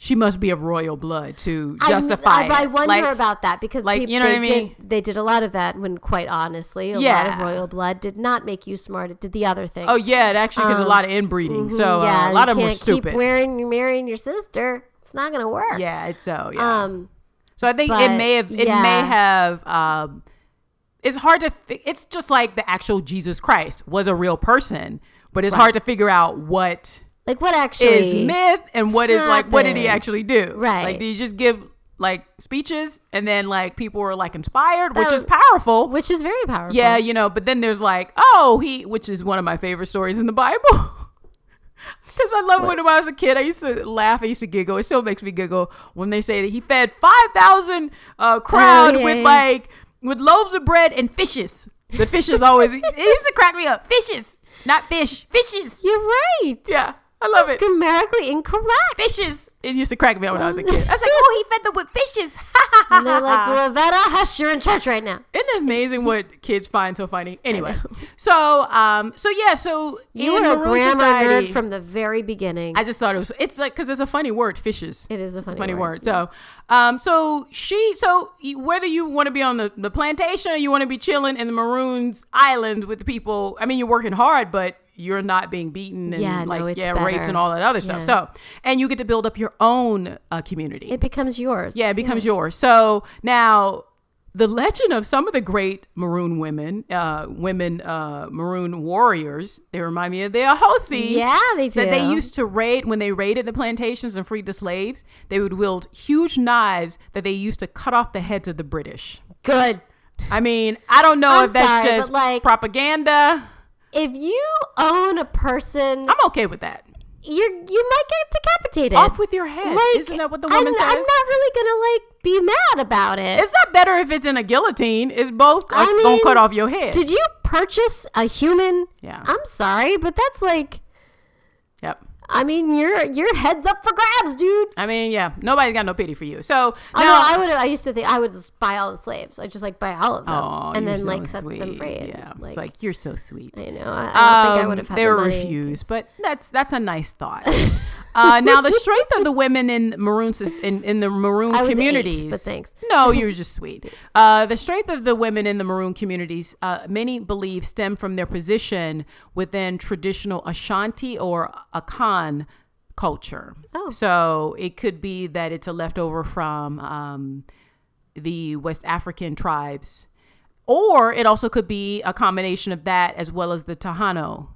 S1: she must be of royal blood to
S2: I-
S1: justify
S2: I, I,
S1: it.
S2: wonder
S1: Like,
S2: about that because
S1: like,
S2: they,
S1: you know
S2: they
S1: what I mean?
S2: did they did a lot of that when quite honestly a lot of
S1: Yeah.
S2: royal blood did not make you smart it did the other thing Mm,
S1: oh yeah it actually because a lot of inbreeding so uh, a lot
S2: um, mm-hmm, you
S1: of them were
S2: can't
S1: stupid
S2: keep wearing marrying your sister it's not gonna work
S1: yeah it's so yeah
S2: um
S1: So I think
S2: But,
S1: it may have it
S2: yeah.
S1: may have um it's hard to fi- it's just like the actual Jesus Christ was a real person, but it's hard to figure out what
S2: like what
S1: is
S2: actually
S1: myth and what is like what did he
S2: happened.
S1: actually do?
S2: Right.
S1: Like did he just give like speeches and then like people were like inspired, which
S2: That
S1: is
S2: was-
S1: powerful.
S2: which is very powerful
S1: yeah, you know, but then there's like, oh, he which is one of my favorite stories in the Bible. Because I love when, when I was a kid, I used to laugh. I used to giggle. It still makes me giggle when they say that he fed five thousand uh, crowd
S2: yeah,
S1: with
S2: yeah.
S1: like with loaves of bread and fishes. The fishes always it used to crack me up. Fishes, not fish. Fishes.
S2: you're right
S1: Yeah, I love
S2: it's
S1: it.
S2: grammatically incorrect
S1: Fishes. It used to crack me up when I was a kid. I was like, oh, he fed them with fishes.
S2: and they're like Lavetta hush you're in church right now
S1: Isn't it amazing what kids find so funny? Anyway, so um, so yeah, so
S2: you
S1: in
S2: were a
S1: Maroon
S2: grammar
S1: society,
S2: nerd from the very beginning
S1: I just thought it was. It's like because it's a funny word, fishes.
S2: it is a
S1: It's
S2: funny,
S1: a funny word. So, um, so she, so you- whether you want to be on the, the plantation or you want to be chilling in the Maroons Island with the people, I mean, you're working hard, but you're not being beaten and
S2: Yeah, no,
S1: like
S2: it's
S1: yeah, raped
S2: better.
S1: and all that other stuff.
S2: Yeah.
S1: So, and you get to build up your own uh, community.
S2: it becomes yours
S1: yeah, it becomes yours. So now. The legend of some of the great Maroon women, uh, women uh, Maroon warriors, they remind me of the Ahosi
S2: yeah they do
S1: that they used to raid when they raided the plantations and freed the slaves they would wield huge knives that they used to cut off the heads of the british
S2: good
S1: i mean i don't know
S2: I'm
S1: if that's
S2: sorry,
S1: just
S2: but, like-
S1: propaganda
S2: if you own a person,
S1: i'm okay with that
S2: you you might get decapitated.
S1: off with your head
S2: Like,
S1: isn't that what the
S2: I'm-
S1: woman
S2: I'm
S1: says
S2: not really gonna like be mad about it.
S1: it's not better if it's in a guillotine it's both
S2: I
S1: uh, don't
S2: mean,
S1: cut off your head
S2: Did you purchase a human?
S1: Yeah.
S2: I'm sorry, but that's like,
S1: yep
S2: I mean, your your head's up for grabs, dude.
S1: i mean yeah nobody's got no pity for you so
S2: I
S1: now-
S2: know. I would. I used to think I would just buy all the slaves. I just like buy all of them,
S1: Aw,
S2: and
S1: you're
S2: then
S1: so
S2: like set
S1: sweet.
S2: them free. and,
S1: yeah
S2: like,
S1: it's like you're so sweet
S2: I know. I, I don't think I
S1: Um,
S2: would have had.
S1: They
S2: the
S1: were
S2: money.
S1: refused, but that's that's a nice thought. uh, now the strength of the women in maroon sus- in, in the maroon
S2: I was eight,
S1: communities.
S2: but thanks.
S1: No, you were just sweet. Uh, the strength of the women in the maroon communities, uh, many believe, stem from their position within traditional Ashanti or Akan culture.
S2: Oh.
S1: So it could be that it's a leftover from um, the West African tribes Or it also could be a combination of that as well as the Tejano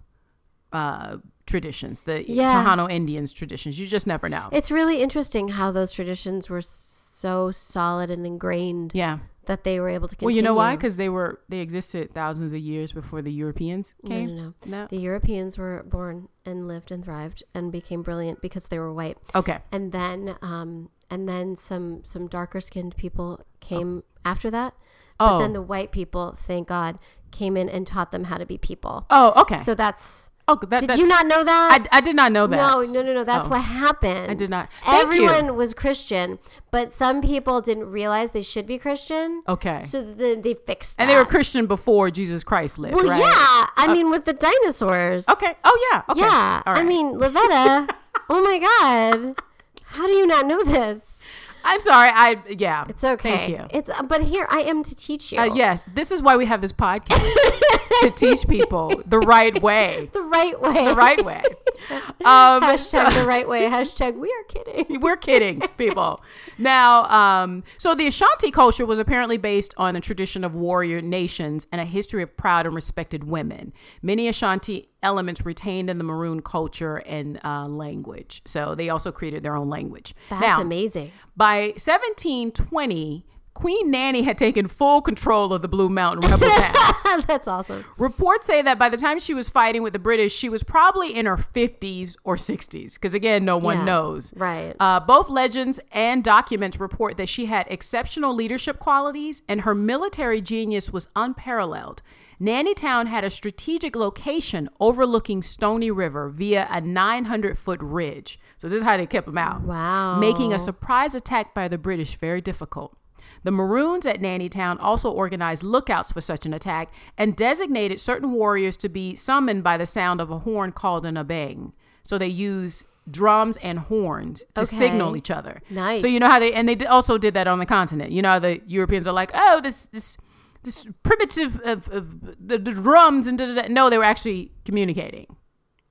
S1: uh, traditions, the
S2: Yeah.
S1: Tejano Indians traditions. You just never know.
S2: It's really interesting how those traditions were so solid and ingrained
S1: yeah.
S2: that they were able to continue.
S1: Well, you know why? Because they were they existed thousands of years before the Europeans
S2: no,
S1: came.
S2: no, no.
S1: No.
S2: The Europeans were born and lived and thrived and became brilliant because they were white.
S1: Okay.
S2: and then um, and then some some darker skinned people came after that. But
S1: Oh.
S2: then the white people, thank God, came in and taught them how to be people.
S1: Oh, okay.
S2: So that's.
S1: oh, that,
S2: Did
S1: that's,
S2: you not know that?
S1: I, I did not know that.
S2: No, no, no, no. That's
S1: Oh.
S2: what happened.
S1: I did not. Thank
S2: Everyone
S1: you.
S2: was Christian, but some people didn't realize they should be Christian.
S1: Okay.
S2: So then they fixed.
S1: and they were
S2: that.
S1: Christian before Jesus Christ lived,
S2: Well,
S1: right? Uh,
S2: yeah. I mean, with the dinosaurs.
S1: Okay. Oh, yeah. Okay.
S2: Yeah.
S1: All right.
S2: I mean, Lavetta. oh my God. How do you not know this?
S1: I'm sorry. I yeah.
S2: It's okay.
S1: Thank you.
S2: It's but here I am to teach you
S1: Uh, yes, this is why we have this podcast to teach people the right way,
S2: the right way.
S1: the right way. Um, so-
S2: hashtag the right way. Hashtag we are kidding.
S1: we're kidding, people. Now, um, so the Ashanti culture was apparently based on a tradition of warrior nations and a history of proud and respected women. Many Ashanti elements retained in the Maroon culture and uh, language. So they also created their own language.
S2: That's
S1: now,
S2: amazing.
S1: By 1720, Queen Nanny had taken full control of the Blue Mountain rebel town.
S2: That's awesome.
S1: Reports say that by the time she was fighting with the British, she was probably in her 50s or 60s, because again, no one
S2: Yeah,
S1: knows.
S2: right.
S1: Uh, both legends and documents report that she had exceptional leadership qualities and her military genius was unparalleled. Nannytown had a strategic location overlooking Stony River via a 900 foot ridge. So, this is how they kept them out.
S2: Wow.
S1: Making a surprise attack by the British very difficult. The Maroons at Nannytown also organized lookouts for such an attack and designated certain warriors to be summoned by the sound of a horn called an abang. So they use drums and horns to
S2: Okay.
S1: signal each other.
S2: Nice.
S1: So you know how they and they did- also did that on the continent. You know how the Europeans are like, oh, this this this primitive of, of the, the drums and da, da, da. no, they were actually communicating.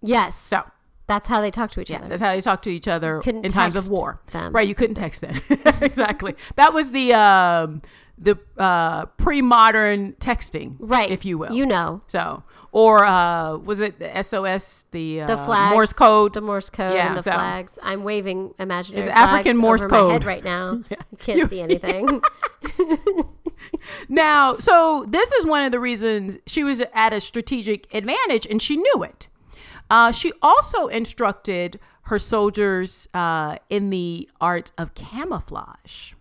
S2: Yes.
S1: So
S2: that's how they talk to each
S1: yeah,
S2: other.
S1: that's how they talk to each other
S2: couldn't
S1: in times of
S2: text
S1: war.
S2: them.
S1: Right, you couldn't text them. exactly. That was the um, the uh, pre-modern texting,
S2: Right.
S1: if you will.
S2: You know
S1: so, or uh, was it the SOS, the, uh,
S2: the flags,
S1: Morse code?
S2: the Morse code,
S1: Yeah,
S2: and the
S1: so-
S2: flags. I'm waving imaginary.
S1: It's African
S2: flags
S1: Morse
S2: over my
S1: code.
S2: head right now. You can't
S1: You-
S2: see anything.
S1: Now, so this is one of the reasons she was at a strategic advantage and she knew it. Uh, she also instructed her soldiers uh, in the art of camouflage.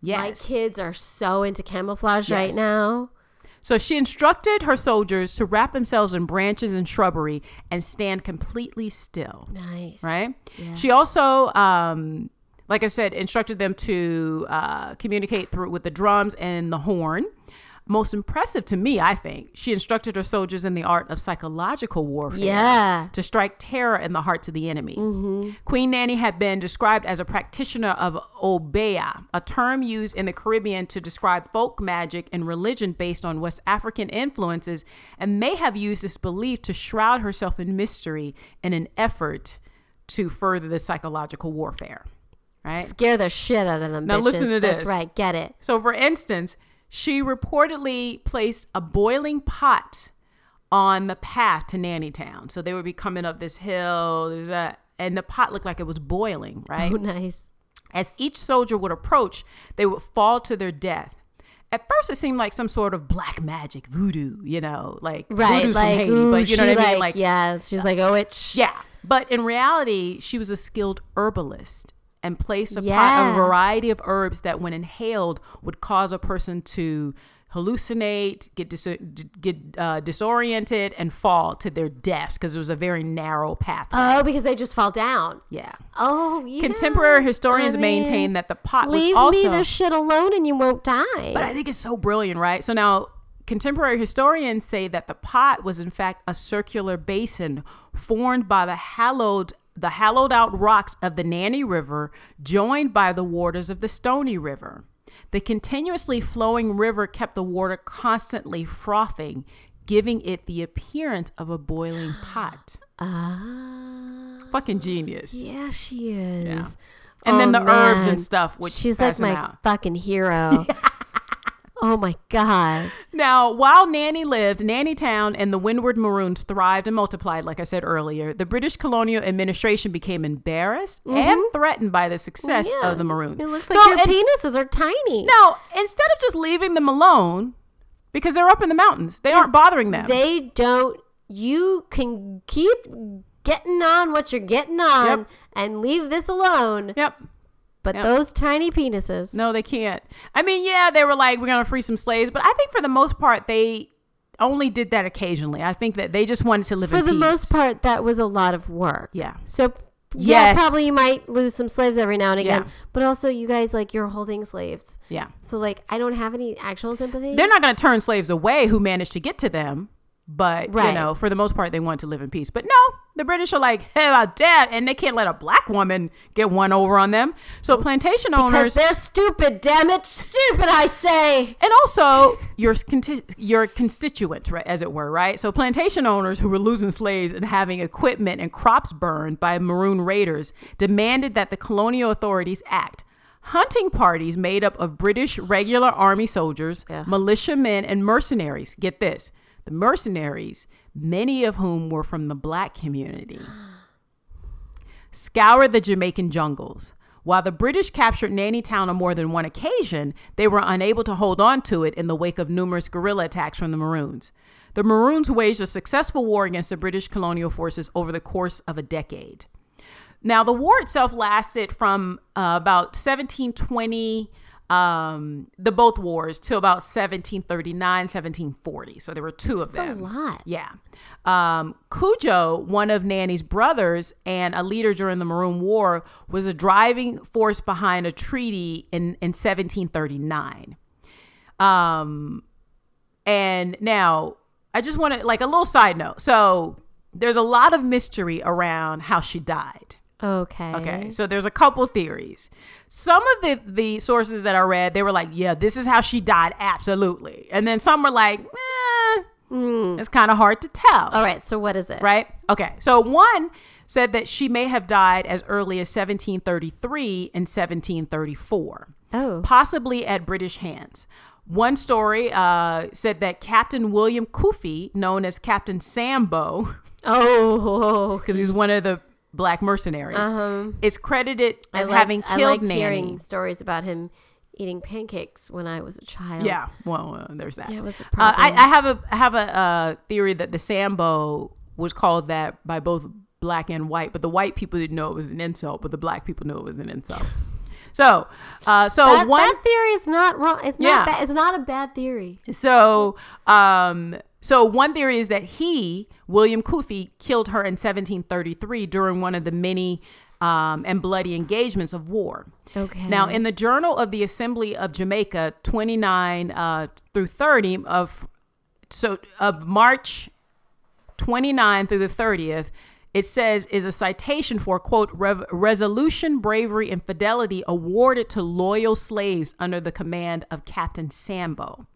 S2: My
S1: Yes.
S2: kids are so into camouflage
S1: Yes.
S2: right now.
S1: So she instructed her soldiers to wrap themselves in branches and shrubbery and stand completely still,
S2: Nice.
S1: right? She also, um, like I said, instructed them to uh, communicate through with the drums and the horn. Most impressive to me, I think, she instructed her soldiers in the art of psychological warfare
S2: Yeah. Mm-hmm.
S1: to strike terror in the hearts of the enemy. Queen Nanny had been described as a practitioner of obeah, a term used in the Caribbean to describe folk magic and religion based on West African influences, and may have used this belief to shroud herself in mystery in an effort to further the psychological warfare. Right?
S2: Scare the shit out of them.
S1: Now
S2: bitches.
S1: listen to
S2: That's
S1: this.
S2: right. Get it.
S1: So, for instance, she reportedly placed a boiling pot on the path to Nanny Town. So they would be coming up this hill, there's a- and the pot looked like it was boiling, right?
S2: Oh, nice.
S1: As each soldier would approach, they would fall to their death. At first, it seemed like some sort of black magic voodoo, you know, like
S2: right
S1: voodoo's
S2: like
S1: from Haiti,
S2: ooh,
S1: but you know
S2: she
S1: what I mean?
S2: like,
S1: Like, uh,
S2: yeah she's like oh it's
S1: yeah. But in reality, she was a skilled herbalist and placed upon a
S2: Yeah.
S1: variety of herbs that, when inhaled, would cause a person to hallucinate, get dis- get uh, disoriented, and fall to their deaths because it was a very narrow path.
S2: oh because they just fall down
S1: yeah.
S2: oh yeah.
S1: Contemporary historians
S2: I mean,
S1: maintain that the pot was
S2: leave
S1: also
S2: me the shit alone and you won't die
S1: But I think it's so brilliant, right? So now contemporary historians say that the pot was in fact a circular basin formed by the hallowed the hallowed out rocks of the Nanny River joined by the waters of the Stony River. The continuously flowing river kept the water constantly frothing, giving it the appearance of a boiling pot.
S2: Ah,
S1: Fucking genius.
S2: yeah she is
S1: And then
S2: Oh,
S1: the herbs and
S2: man.
S1: stuff, which
S2: she's like
S1: passing
S2: my
S1: out.
S2: fucking hero Oh my God.
S1: Now, while Nanny lived, Nanny Town and the Windward Maroons thrived and multiplied, like I said earlier. The British colonial administration became embarrassed and threatened by the success
S2: Mm-hmm. Yeah.
S1: of the Maroons.
S2: It looks
S1: So,
S2: like your
S1: and-
S2: penises are tiny.
S1: Now, instead of just leaving them alone, because they're up in the mountains, they aren't bothering them.
S2: They don't. You can keep getting on what you're getting on
S1: Yep.
S2: and leave this alone.
S1: yep.
S2: But
S1: Yep.
S2: those tiny penises.
S1: No, they can't. I mean, yeah, they were like, we're going to free some slaves, but I think for the most part, they only did that occasionally. I think that they just wanted to live
S2: For
S1: in
S2: the
S1: peace.
S2: most part, that was a lot of work.
S1: Yeah.
S2: So yeah,
S1: Yes.
S2: probably you might lose some slaves every now and again.
S1: Yeah.
S2: But also, you guys like you're holding slaves.
S1: Yeah.
S2: So like, I don't have any actual sympathy.
S1: They're not going to turn slaves away who managed to get to them, but you
S2: Right.
S1: know, for the most part, they want to live in peace. But no, the British are like, "Hey, I dare," and they can't let a black woman get one over on them. So plantation
S2: because
S1: owners,
S2: they're stupid. Damn it, stupid! I say.
S1: and also your conti- your constituents, right, as it were, right. So plantation owners who were losing slaves and having equipment and crops burned by maroon raiders demanded that the colonial authorities act. Hunting parties made up of British regular army soldiers, militiamen, and mercenaries. Get this: the mercenaries, many of whom were from the black community scour the Jamaican jungles. While the British captured Nanny Town on more than one occasion, they were unable to hold on to it in the wake of numerous guerrilla attacks from the Maroons. The Maroons waged a successful war against the British colonial forces over the course of a decade. Now, the war itself lasted from uh, about 1720, um, the both wars, to about 1739, 1740. So there were two of
S2: That's a
S1: them.
S2: lot.
S1: Yeah. Um, Cujo, one of Nanny's brothers and a leader during the Maroon War, was a driving force behind a treaty in, in 1739. Um, and now I just want to, like, a little side note. So there's a lot of mystery around how she died.
S2: Okay.
S1: Okay, so there's a couple theories. Some of the the sources that I read, they were like, "Yeah, this is how she died, absolutely," and then some were like, eh, "It's kind of hard to tell."
S2: All right. So what is it?
S1: Right? Okay. So one said that she may have died as early as 1733 and 1734
S2: Oh.
S1: possibly at British hands. One story uh, said that Captain William Koofy, known as Captain Sambo,
S2: Oh.
S1: because he's one of the black mercenaries, is credited as
S2: Uh-huh. I like-
S1: having
S2: I
S1: killed
S2: liked
S1: Nanny.
S2: hearing stories about him eating pancakes when I was a child.
S1: Yeah, well, uh, there's that.
S2: That was the
S1: Uh, I,
S2: problem.
S1: I have a I have a uh, theory that the Sambo was called that by both black and white, but the white people didn't know it was an insult, but the black people knew it was an insult. So, uh, so
S2: That,
S1: one
S2: that theory is not wrong. It's
S1: Yeah.
S2: not. Ba- it's not a bad theory.
S1: So, um, so one theory is that he, William Kufi, killed her in 1733 during one of the many um, and bloody engagements of war.
S2: Okay.
S1: Now, in the Journal of the Assembly of Jamaica, 29 uh, through 30 of so of March 29 through the 30th, it says is a citation for quote Rev- resolution, bravery, and fidelity awarded to loyal slaves under the command of Captain Sambo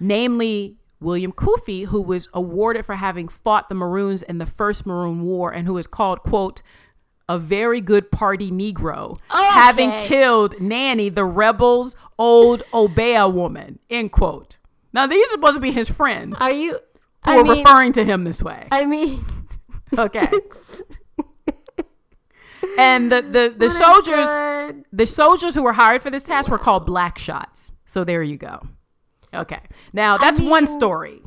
S1: namely William Kufi, who was awarded for having fought the Maroons in the First Maroon War and who is called, quote, a very good party Negro, having
S2: Okay.
S1: killed Nanny, the rebels' old Obeah woman, end quote. Now, these are supposed to be his friends
S2: Are you?
S1: who
S2: I
S1: are
S2: mean,
S1: referring to him this way.
S2: I mean,
S1: Okay. and the, the, the soldiers
S2: good.
S1: the soldiers who were hired for this task were called black shots. So there you go. Okay. Now that's one
S2: mean-
S1: story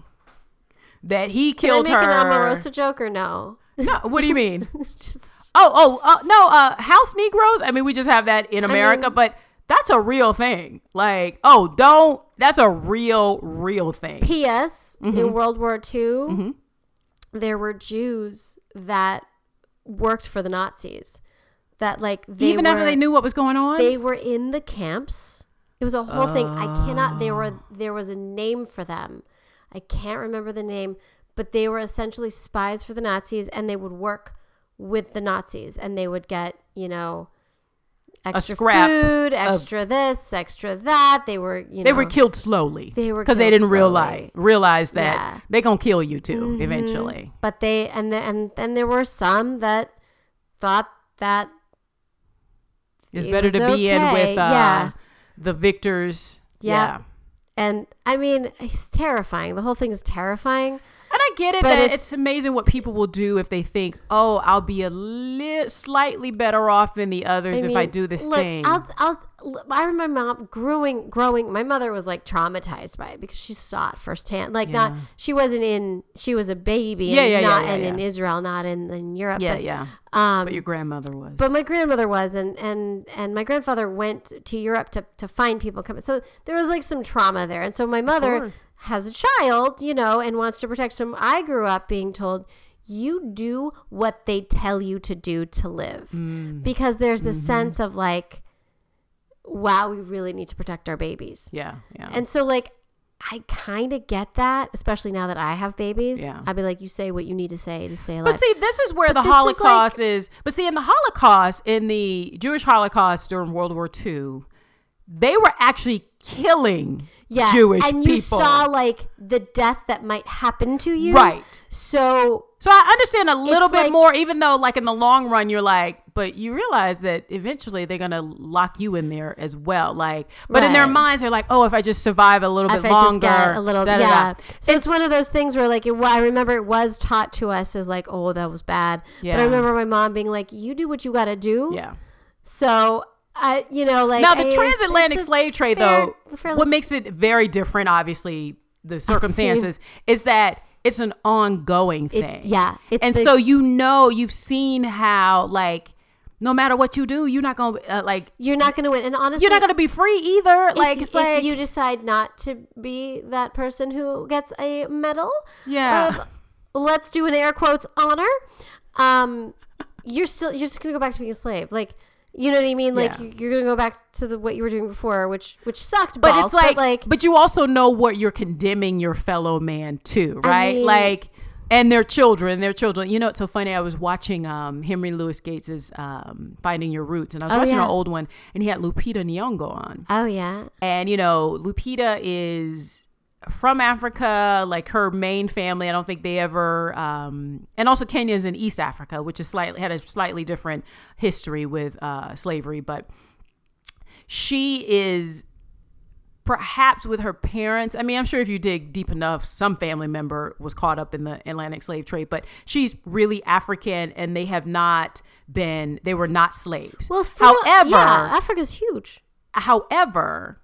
S1: that he
S2: Can I
S1: killed
S2: make an
S1: her.
S2: Omarosa joke or no?
S1: No, what do you mean? oh, oh, uh, no, uh, house Negroes. I mean, we just have that in America,
S2: mean-
S1: but that's a real thing. Like, oh, don't. That's a real, real thing.
S2: P.S.
S1: Mm-hmm.
S2: In World War II, there were Jews that worked for the Nazis. That like they
S1: Even
S2: were,
S1: after they knew what was going on.
S2: they were in the camps. It was a whole thing. I cannot. There
S1: Oh.
S2: were there was a name for them. I can't remember the name, but they were essentially spies for the Nazis, and they would work with the Nazis, and they would get you know extra
S1: scrap
S2: food,
S1: of-
S2: extra this, extra that. They were you know
S1: They were killed slowly.
S2: They were
S1: because they
S2: killed
S1: didn't
S2: slowly.
S1: realize realize that
S2: Yeah. Mm-hmm.
S1: they gonna kill you too eventually.
S2: but they and the, and then there were some that thought that
S1: It's
S2: It
S1: better
S2: was
S1: to be in
S2: okay,
S1: with uh,
S2: yeah.
S1: the victors.
S2: Yeah. And I mean, it's terrifying. The whole thing is terrifying.
S1: And I get it
S2: But
S1: that it's,
S2: it's-
S1: amazing what people will do if they think, oh, I'll be a li- slightly better off than the others if I
S2: mean,
S1: do this
S2: look,
S1: thing.
S2: I'll, I'll, I remember my mom growing, growing. My mother was like traumatized by it because she saw it firsthand. Like not,
S1: Yeah.
S2: she wasn't in. She was a baby.
S1: Yeah,
S2: and
S1: yeah, yeah,
S2: not,
S1: yeah,
S2: And
S1: yeah.
S2: in Israel, not in, in Europe.
S1: yeah,
S2: but,
S1: yeah.
S2: Um,
S1: But your grandmother was.
S2: but my grandmother was, and and and my grandfather went to Europe to to find people coming. So there was like some trauma there, and so my mother
S1: course.
S2: has a child, you know, and wants to protect. So I grew up being told. You do what they tell you to do to live.
S1: Mm.
S2: Because there's
S1: Mm-hmm.
S2: this sense of like, wow, we really need to protect our babies.
S1: yeah, yeah.
S2: And so, like, I kind of get that, especially now that I have babies.
S1: Yeah.
S2: I'd be like, you say what you need to say to stay alive.
S1: but see, this is where the
S2: this is like-
S1: Holocaust is, But see, in the Holocaust, in the Jewish Holocaust during World War II, they were actually killing
S2: yeah,
S1: Jewish
S2: and you
S1: people.
S2: saw like the death that might happen to you,
S1: right.
S2: So
S1: So I understand a little bit
S2: like-
S1: more, even though, like in the long run, you're like, but you realize that eventually they're gonna lock you in there as well. Like, but in their
S2: Right.
S1: minds, they're like, oh, if I just survive a little
S2: if
S1: bit
S2: I just
S1: longer,
S2: got a little,
S1: da, da, da.
S2: yeah. So it's,
S1: It's-
S2: one of those things where like it, well, I remember it was taught to us as like, oh, that was bad. But
S1: Yeah.
S2: I remember my mom being like, you do what you got to do.
S1: yeah.
S2: So I, you know, like
S1: Now the
S2: I- it's-
S1: transatlantic
S2: it's a
S1: slave trade,
S2: fair-
S1: though,
S2: fair-
S1: what makes it very different, obviously, the circumstances is that it's an ongoing thing.
S2: yeah, it's
S1: and
S2: the-
S1: so you know, you've seen how like. No matter what you do, you're not gonna uh, like.
S2: you're not going to win. And honestly,
S1: You're not gonna be free either. Like
S2: if,
S1: it's like
S2: if you decide not to be that person who gets a medal
S1: Yeah.
S2: of, Um, let's do an air quotes honor um you're still you're just gonna go back to being a slave like you know what i mean like
S1: Yeah.
S2: you- you're gonna go back to the what you were doing before which which sucked
S1: but
S2: balls,
S1: it's like,
S2: but like
S1: but you also know what you're condemning your fellow man to right
S2: mean-
S1: like and their children their children you know it's so funny i was watching um henry louis gates's um finding your roots and i was
S2: Oh,
S1: watching
S2: yeah.
S1: an old one and he had lupita nyong'o on
S2: oh yeah
S1: and you know lupita is from africa like her main family i don't think they ever um and also kenya's in east africa which is slightly had a slightly different history with uh slavery but she is perhaps with her parents i mean i'm sure if you dig deep enough some family member was caught up in the atlantic slave trade but she's really african and they have not been they were not slaves
S2: well for-
S1: however
S2: yeah, africa's huge
S1: However,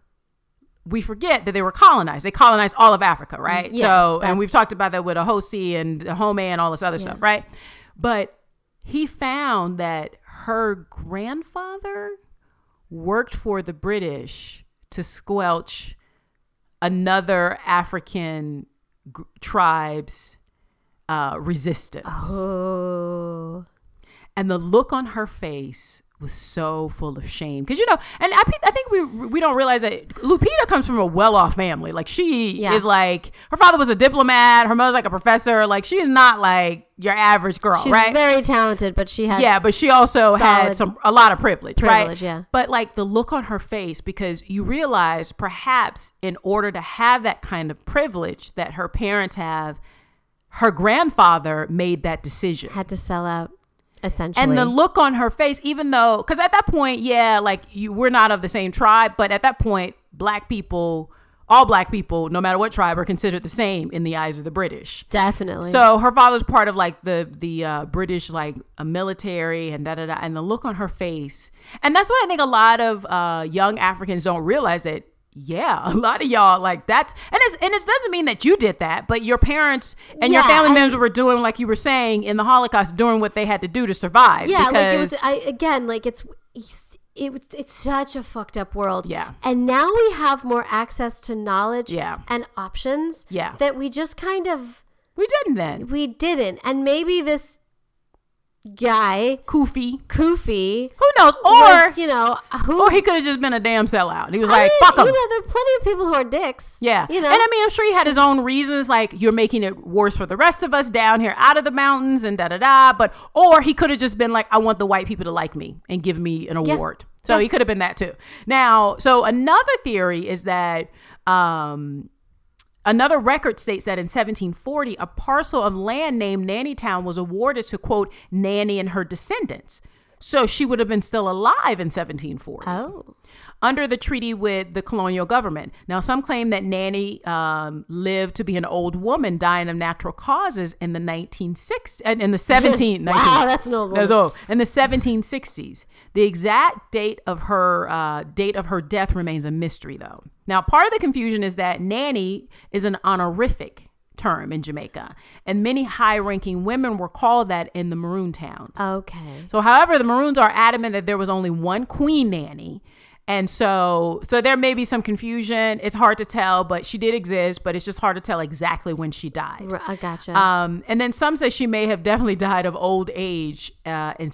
S1: we forget that they were colonized. They colonized all of Africa, right?
S2: Yes,
S1: so, and we've
S2: that's-
S1: talked about that with Ahosi and Home and all this other stuff, right? But he found that her grandfather worked for the British to squelch another African gr- tribe's uh, resistance.
S2: oh
S1: And the look on her face was so full of shame because you know and I, pe- I think we we don't realize that lupita comes from a well-off family like she
S2: Yeah.
S1: is like her father was a diplomat her mother's like a professor like she is not like your average girl
S2: she's
S1: right
S2: very talented but she had
S1: yeah but she also had
S2: solid
S1: some a lot of privilege, right
S2: privilege, yeah.
S1: but like the look on her face because you realize perhaps in order to have that kind of privilege that her parents have her grandfather made that decision
S2: had to sell out essentially
S1: and the look on her face even though because at that point yeah like you we're not of the same tribe but at that point black people all black people no matter what tribe are considered the same in the eyes of the british
S2: definitely
S1: so her father's part of like the the uh, British like a military and da da da, and the look on her face, and that's what I think a lot of uh, young Africans don't realize that. Yeah, a lot of y'all like that's and it's and it doesn't mean that you did that, but your parents and your
S2: Yeah,
S1: family
S2: I-
S1: members were doing like you were saying in the Holocaust, doing what they had to do to survive.
S2: Yeah,
S1: because,
S2: like it was. I again, like it's it's- it was. It's such a fucked up world.
S1: Yeah.
S2: and now we have more access to knowledge.
S1: Yeah.
S2: and options.
S1: Yeah.
S2: that we just kind of
S1: we didn't then.
S2: we didn't, and maybe this guy
S1: Kufi,
S2: Kufi
S1: who knows, or
S2: was, you know who
S1: or he could have just been a damn sellout. He was
S2: I
S1: like,
S2: mean,
S1: "Fuck 'em."
S2: You know, there are plenty of people who are dicks.
S1: Yeah.
S2: you know,
S1: And I mean, I'm sure he had his own reasons, like you're making it worse for the rest of us down here out of the mountains and da da da. But, or he could have just been like, I want the white people to like me and give me an award. So
S2: Yeah.
S1: he could have been that too. Now, so another theory is that, um, Another record states that in 1740, a parcel of land named Nannytown was awarded to, quote, Nanny and her descendants. So she would have been still alive in 1740
S2: Oh.
S1: under the treaty with the colonial government. Now, some claim that Nanny um, lived to be an old woman dying of natural causes in the 1960s, and in the 17,
S2: Wow,
S1: 19
S2: that's an old
S1: That's
S2: woman.
S1: old. In the 1760s, the exact date of her uh, date of her death remains a mystery, though. Now, part of the confusion is that Nanny is an honorific term in Jamaica, and many high-ranking women were called that in the Maroon towns.
S2: Oh, Okay.
S1: So, however, the Maroons are adamant that there was only one queen nanny. And so, so there may be some confusion. It's hard to tell, but she did exist, but it's just hard to tell exactly when she died.
S2: R- I gotcha.
S1: Um, and then some say she may have definitely died of old age uh, in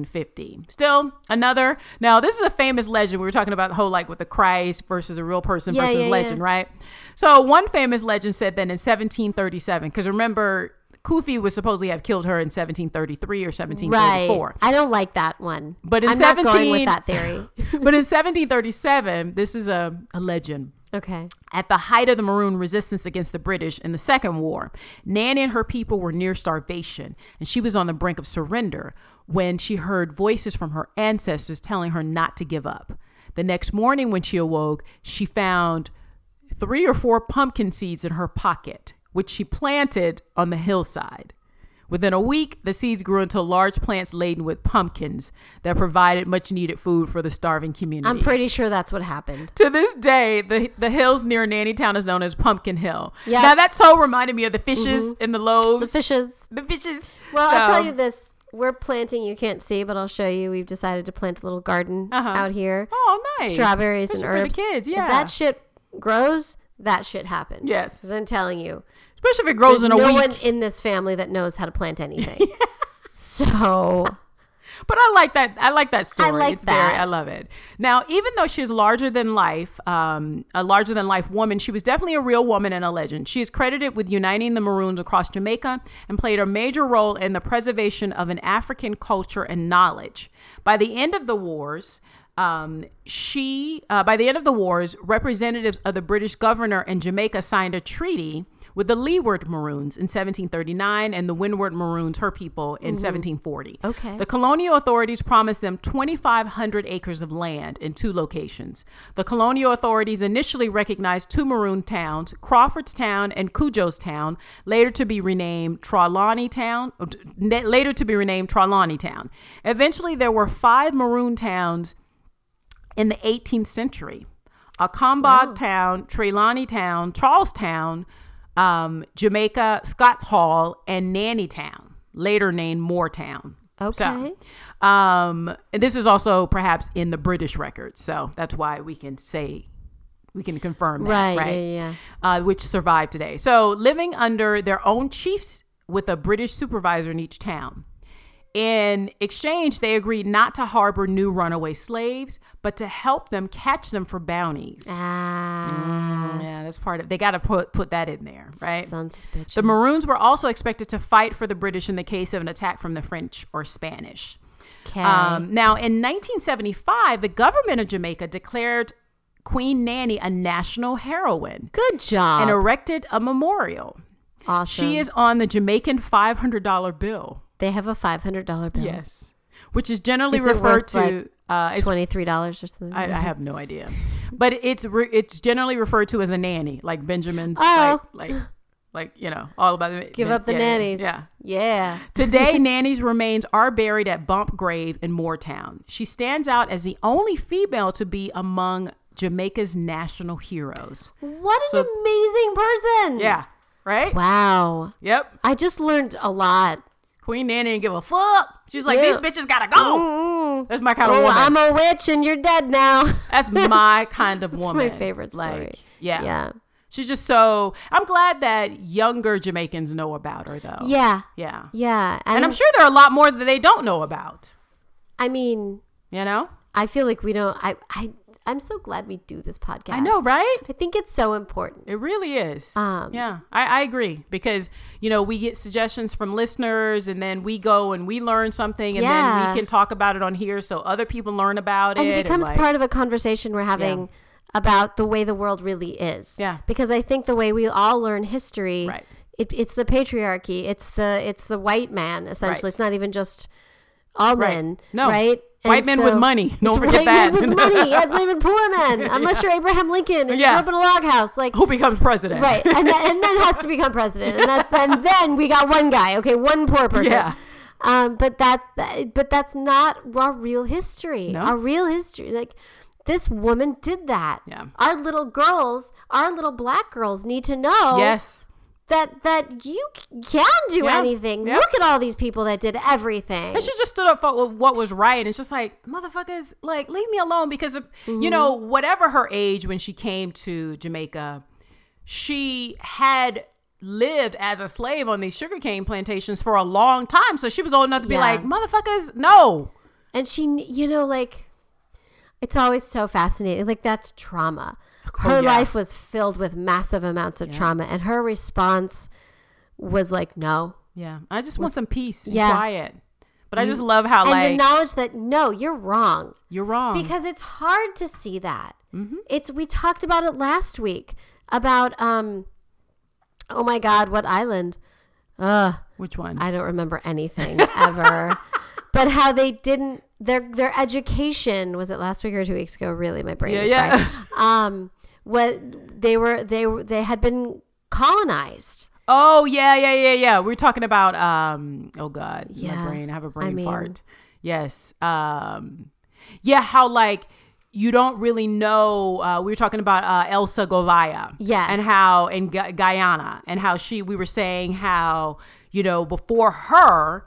S1: 1750. Still, another. Now, this is a famous legend. We were talking about the whole like with the Christ versus a real person
S2: Yeah,
S1: versus
S2: yeah, yeah.
S1: legend, right? So, one famous legend said that in 1737, because remember, Kufi was supposedly have killed her in 1733 or 1734
S2: right. I don't like that one.
S1: But in
S2: I'm not going
S1: 17
S2: with that theory.
S1: but in 1737, this is a, a legend.
S2: okay.
S1: At the height of the Maroon resistance against the British in the Second War, Nan and her people were near starvation, and she was on the brink of surrender when she heard voices from her ancestors telling her not to give up. The next morning, when she awoke, she found three or four pumpkin seeds in her pocket, which she planted on the hillside. Within a week, the seeds grew into large plants laden with pumpkins that provided much needed food for the starving community.
S2: I'm pretty sure that's what happened.
S1: To this day, the the hills near Nanny Town is known as Pumpkin Hill.
S2: Yeah. Mm-hmm.
S1: Now that so reminded me of the fishes and the loaves.
S2: Fishes.
S1: The fishes.
S2: Well, I'll
S1: So,
S2: tell you this. We're planting, you can't see, but I'll show you. We've decided to plant a little garden
S1: Uh-huh.
S2: out here.
S1: Oh, nice.
S2: Strawberries and
S1: Especially
S2: herbs.
S1: For the kids, yeah.
S2: If that shit grows, that shit happens.
S1: Yes.
S2: 'Cause I'm telling you.
S1: Especially if it grows
S2: There's
S1: in a
S2: no
S1: week.
S2: one in this family that knows how to plant anything. So
S1: But I like that. I like that story.
S2: I like
S1: it's very-
S2: that.
S1: I love it. Now, even though she's larger than life, um, a larger than life woman, she was definitely a real woman and a legend. She is credited with uniting the Maroons across Jamaica and played a major role in the preservation of an African culture and knowledge. By the end of the wars. Um, she, uh, by the end of the wars, representatives of the British governor in Jamaica signed a treaty with the Leeward Maroons in 1739 and the Windward Maroons, her people, in 1740.
S2: Mm-hmm. Okay.
S1: The colonial authorities promised them 2,500 acres of land in two locations. The colonial authorities initially recognized two Maroon towns, Crawfordstown and Cujo's Town, later to be renamed Trelawney Town, or t- ne- later to be renamed Trelawney Town. Eventually, there were five Maroon towns in the 18th century. Akambog
S2: Oh.
S1: Town, Trelawney Town, Charlestown, um, Jamaica, Scotts Hall, and Nanny Town, later named Moortown.
S2: Okay.
S1: So, um, and this is also perhaps in the British records, so that's why we can say we can confirm that,
S2: Right,
S1: right?
S2: yeah, yeah,
S1: Uh, which survived today. So living under their own chiefs with a British supervisor in each town. In exchange, they agreed not to harbor new runaway slaves, but to help them catch them for bounties.
S2: Uh-huh. ah,
S1: Yeah, that's part of. They got to put put that in there, right?
S2: sons of bitches.
S1: The Maroons were also expected to fight for the British in the case of an attack from the French or Spanish.
S2: okay.
S1: Um, now, in 1975, the government of Jamaica declared Queen Nanny a national heroine
S2: Good job.
S1: and erected a memorial.
S2: awesome.
S1: She is on the Jamaican $500 bill.
S2: They have a five hundred dollar bill.
S1: Yes. Which is generally
S2: Is it
S1: referred
S2: worth,
S1: to. uh, it's,
S2: Twenty three dollars or something.
S1: I, I have no idea, but it's re- it's generally referred to as a nanny, like Benjamin's,
S2: Oh.
S1: like, like like you know, all about the
S2: Give up the
S1: yeah, yeah,
S2: nannies.
S1: Yeah,
S2: Yeah.
S1: Today, Nanny's remains are buried at Bump Grave in Moortown. She stands out as the only female to be among Jamaica's national heroes.
S2: What an
S1: So-
S2: amazing person.
S1: Yeah, right?
S2: Wow.
S1: Yep.
S2: I just learned a lot.
S1: Queen Nanny didn't give a fuck. She's like, these
S2: Yeah.
S1: bitches gotta go.
S2: Mm.
S1: That's my kind of
S2: Oh,
S1: woman.
S2: I'm a witch and you're dead now.
S1: That's my kind of
S2: That's
S1: woman.
S2: my favorite story.
S1: Like, yeah.
S2: Yeah.
S1: She's just so. I'm glad that younger Jamaicans know about her, though.
S2: Yeah.
S1: Yeah.
S2: Yeah.
S1: And I'm sure there are a lot more that they don't know about,
S2: I mean,
S1: you know?
S2: I feel like we don't. I. I. I'm so glad we do this podcast.
S1: I know, right?
S2: I think it's so important.
S1: It really is.
S2: Um,
S1: yeah, I, I agree because you know we get suggestions from listeners, and then we go and we learn something, and
S2: Yeah.
S1: then we can talk about it on here, so other people learn about
S2: and
S1: it.
S2: it becomes
S1: like-
S2: part of a conversation we're having about the way the world really is.
S1: Yeah.
S2: Because I think the way we all learn history,
S1: Right.
S2: it, it's the patriarchy, it's the it's the white man essentially.
S1: Right.
S2: It's not even just all men,
S1: No.
S2: right?
S1: White men with money. Don't
S2: it's
S1: forget that.
S2: white men with money. Yes, even poor men, unless you're Abraham Lincoln and
S1: Yeah.
S2: grew up in a log house, like
S1: Who becomes president?
S2: right? And then, and then has to become president, and that's and then we got one guy, okay, one poor person.
S1: Yeah.
S2: Um, but that, that- but that's not our real history.
S1: No.
S2: Our real history, like this woman did that.
S1: Yeah.
S2: Our little girls, our little black girls, need to know
S1: Yes.
S2: that that you c- can do
S1: Yeah.
S2: anything.
S1: Yeah.
S2: Look at all these people that did everything.
S1: And she just stood up for what was right. It's just like, motherfuckers, like, leave me alone. Because, of, you know,
S2: Mm-hmm.
S1: whatever her age when she came to Jamaica, she had lived as a slave on these sugarcane plantations for a long time. So she was old enough to be
S2: Yeah.
S1: like, motherfuckers, no.
S2: And she, kn- you know, like it's always so fascinating. Like that's trauma.
S1: yeah.
S2: Her life was filled with massive amounts of trauma, and her response was like, "No."
S1: Yeah. I just want some peace and
S2: Yeah. Mm-hmm.
S1: quiet. But I just love how,
S2: And the
S1: Uh, like, Um,
S2: knowledge that no, you're wrong,
S1: you're wrong.
S2: because it's hard to see that.
S1: Mm-hmm.
S2: It's we talked about it last week about um, oh my God, what island? Ugh,
S1: Which one?
S2: I don't remember anything ever. but how they didn't their their education was it last week or two weeks ago? Really, my brain
S1: Yeah,
S2: is
S1: yeah.
S2: fried. Um, what they were they were they had been colonized.
S1: Oh yeah, yeah, yeah, yeah. We We're talking about um oh god,
S2: Yeah,
S1: my brain. I have a brain
S2: I mean-
S1: fart. Yes. Um yeah, how like you don't really know. Uh, we were talking about uh, Elsa Govaya,
S2: Yes.
S1: and how in Gu- Guyana, and how she. We were saying how you know before her,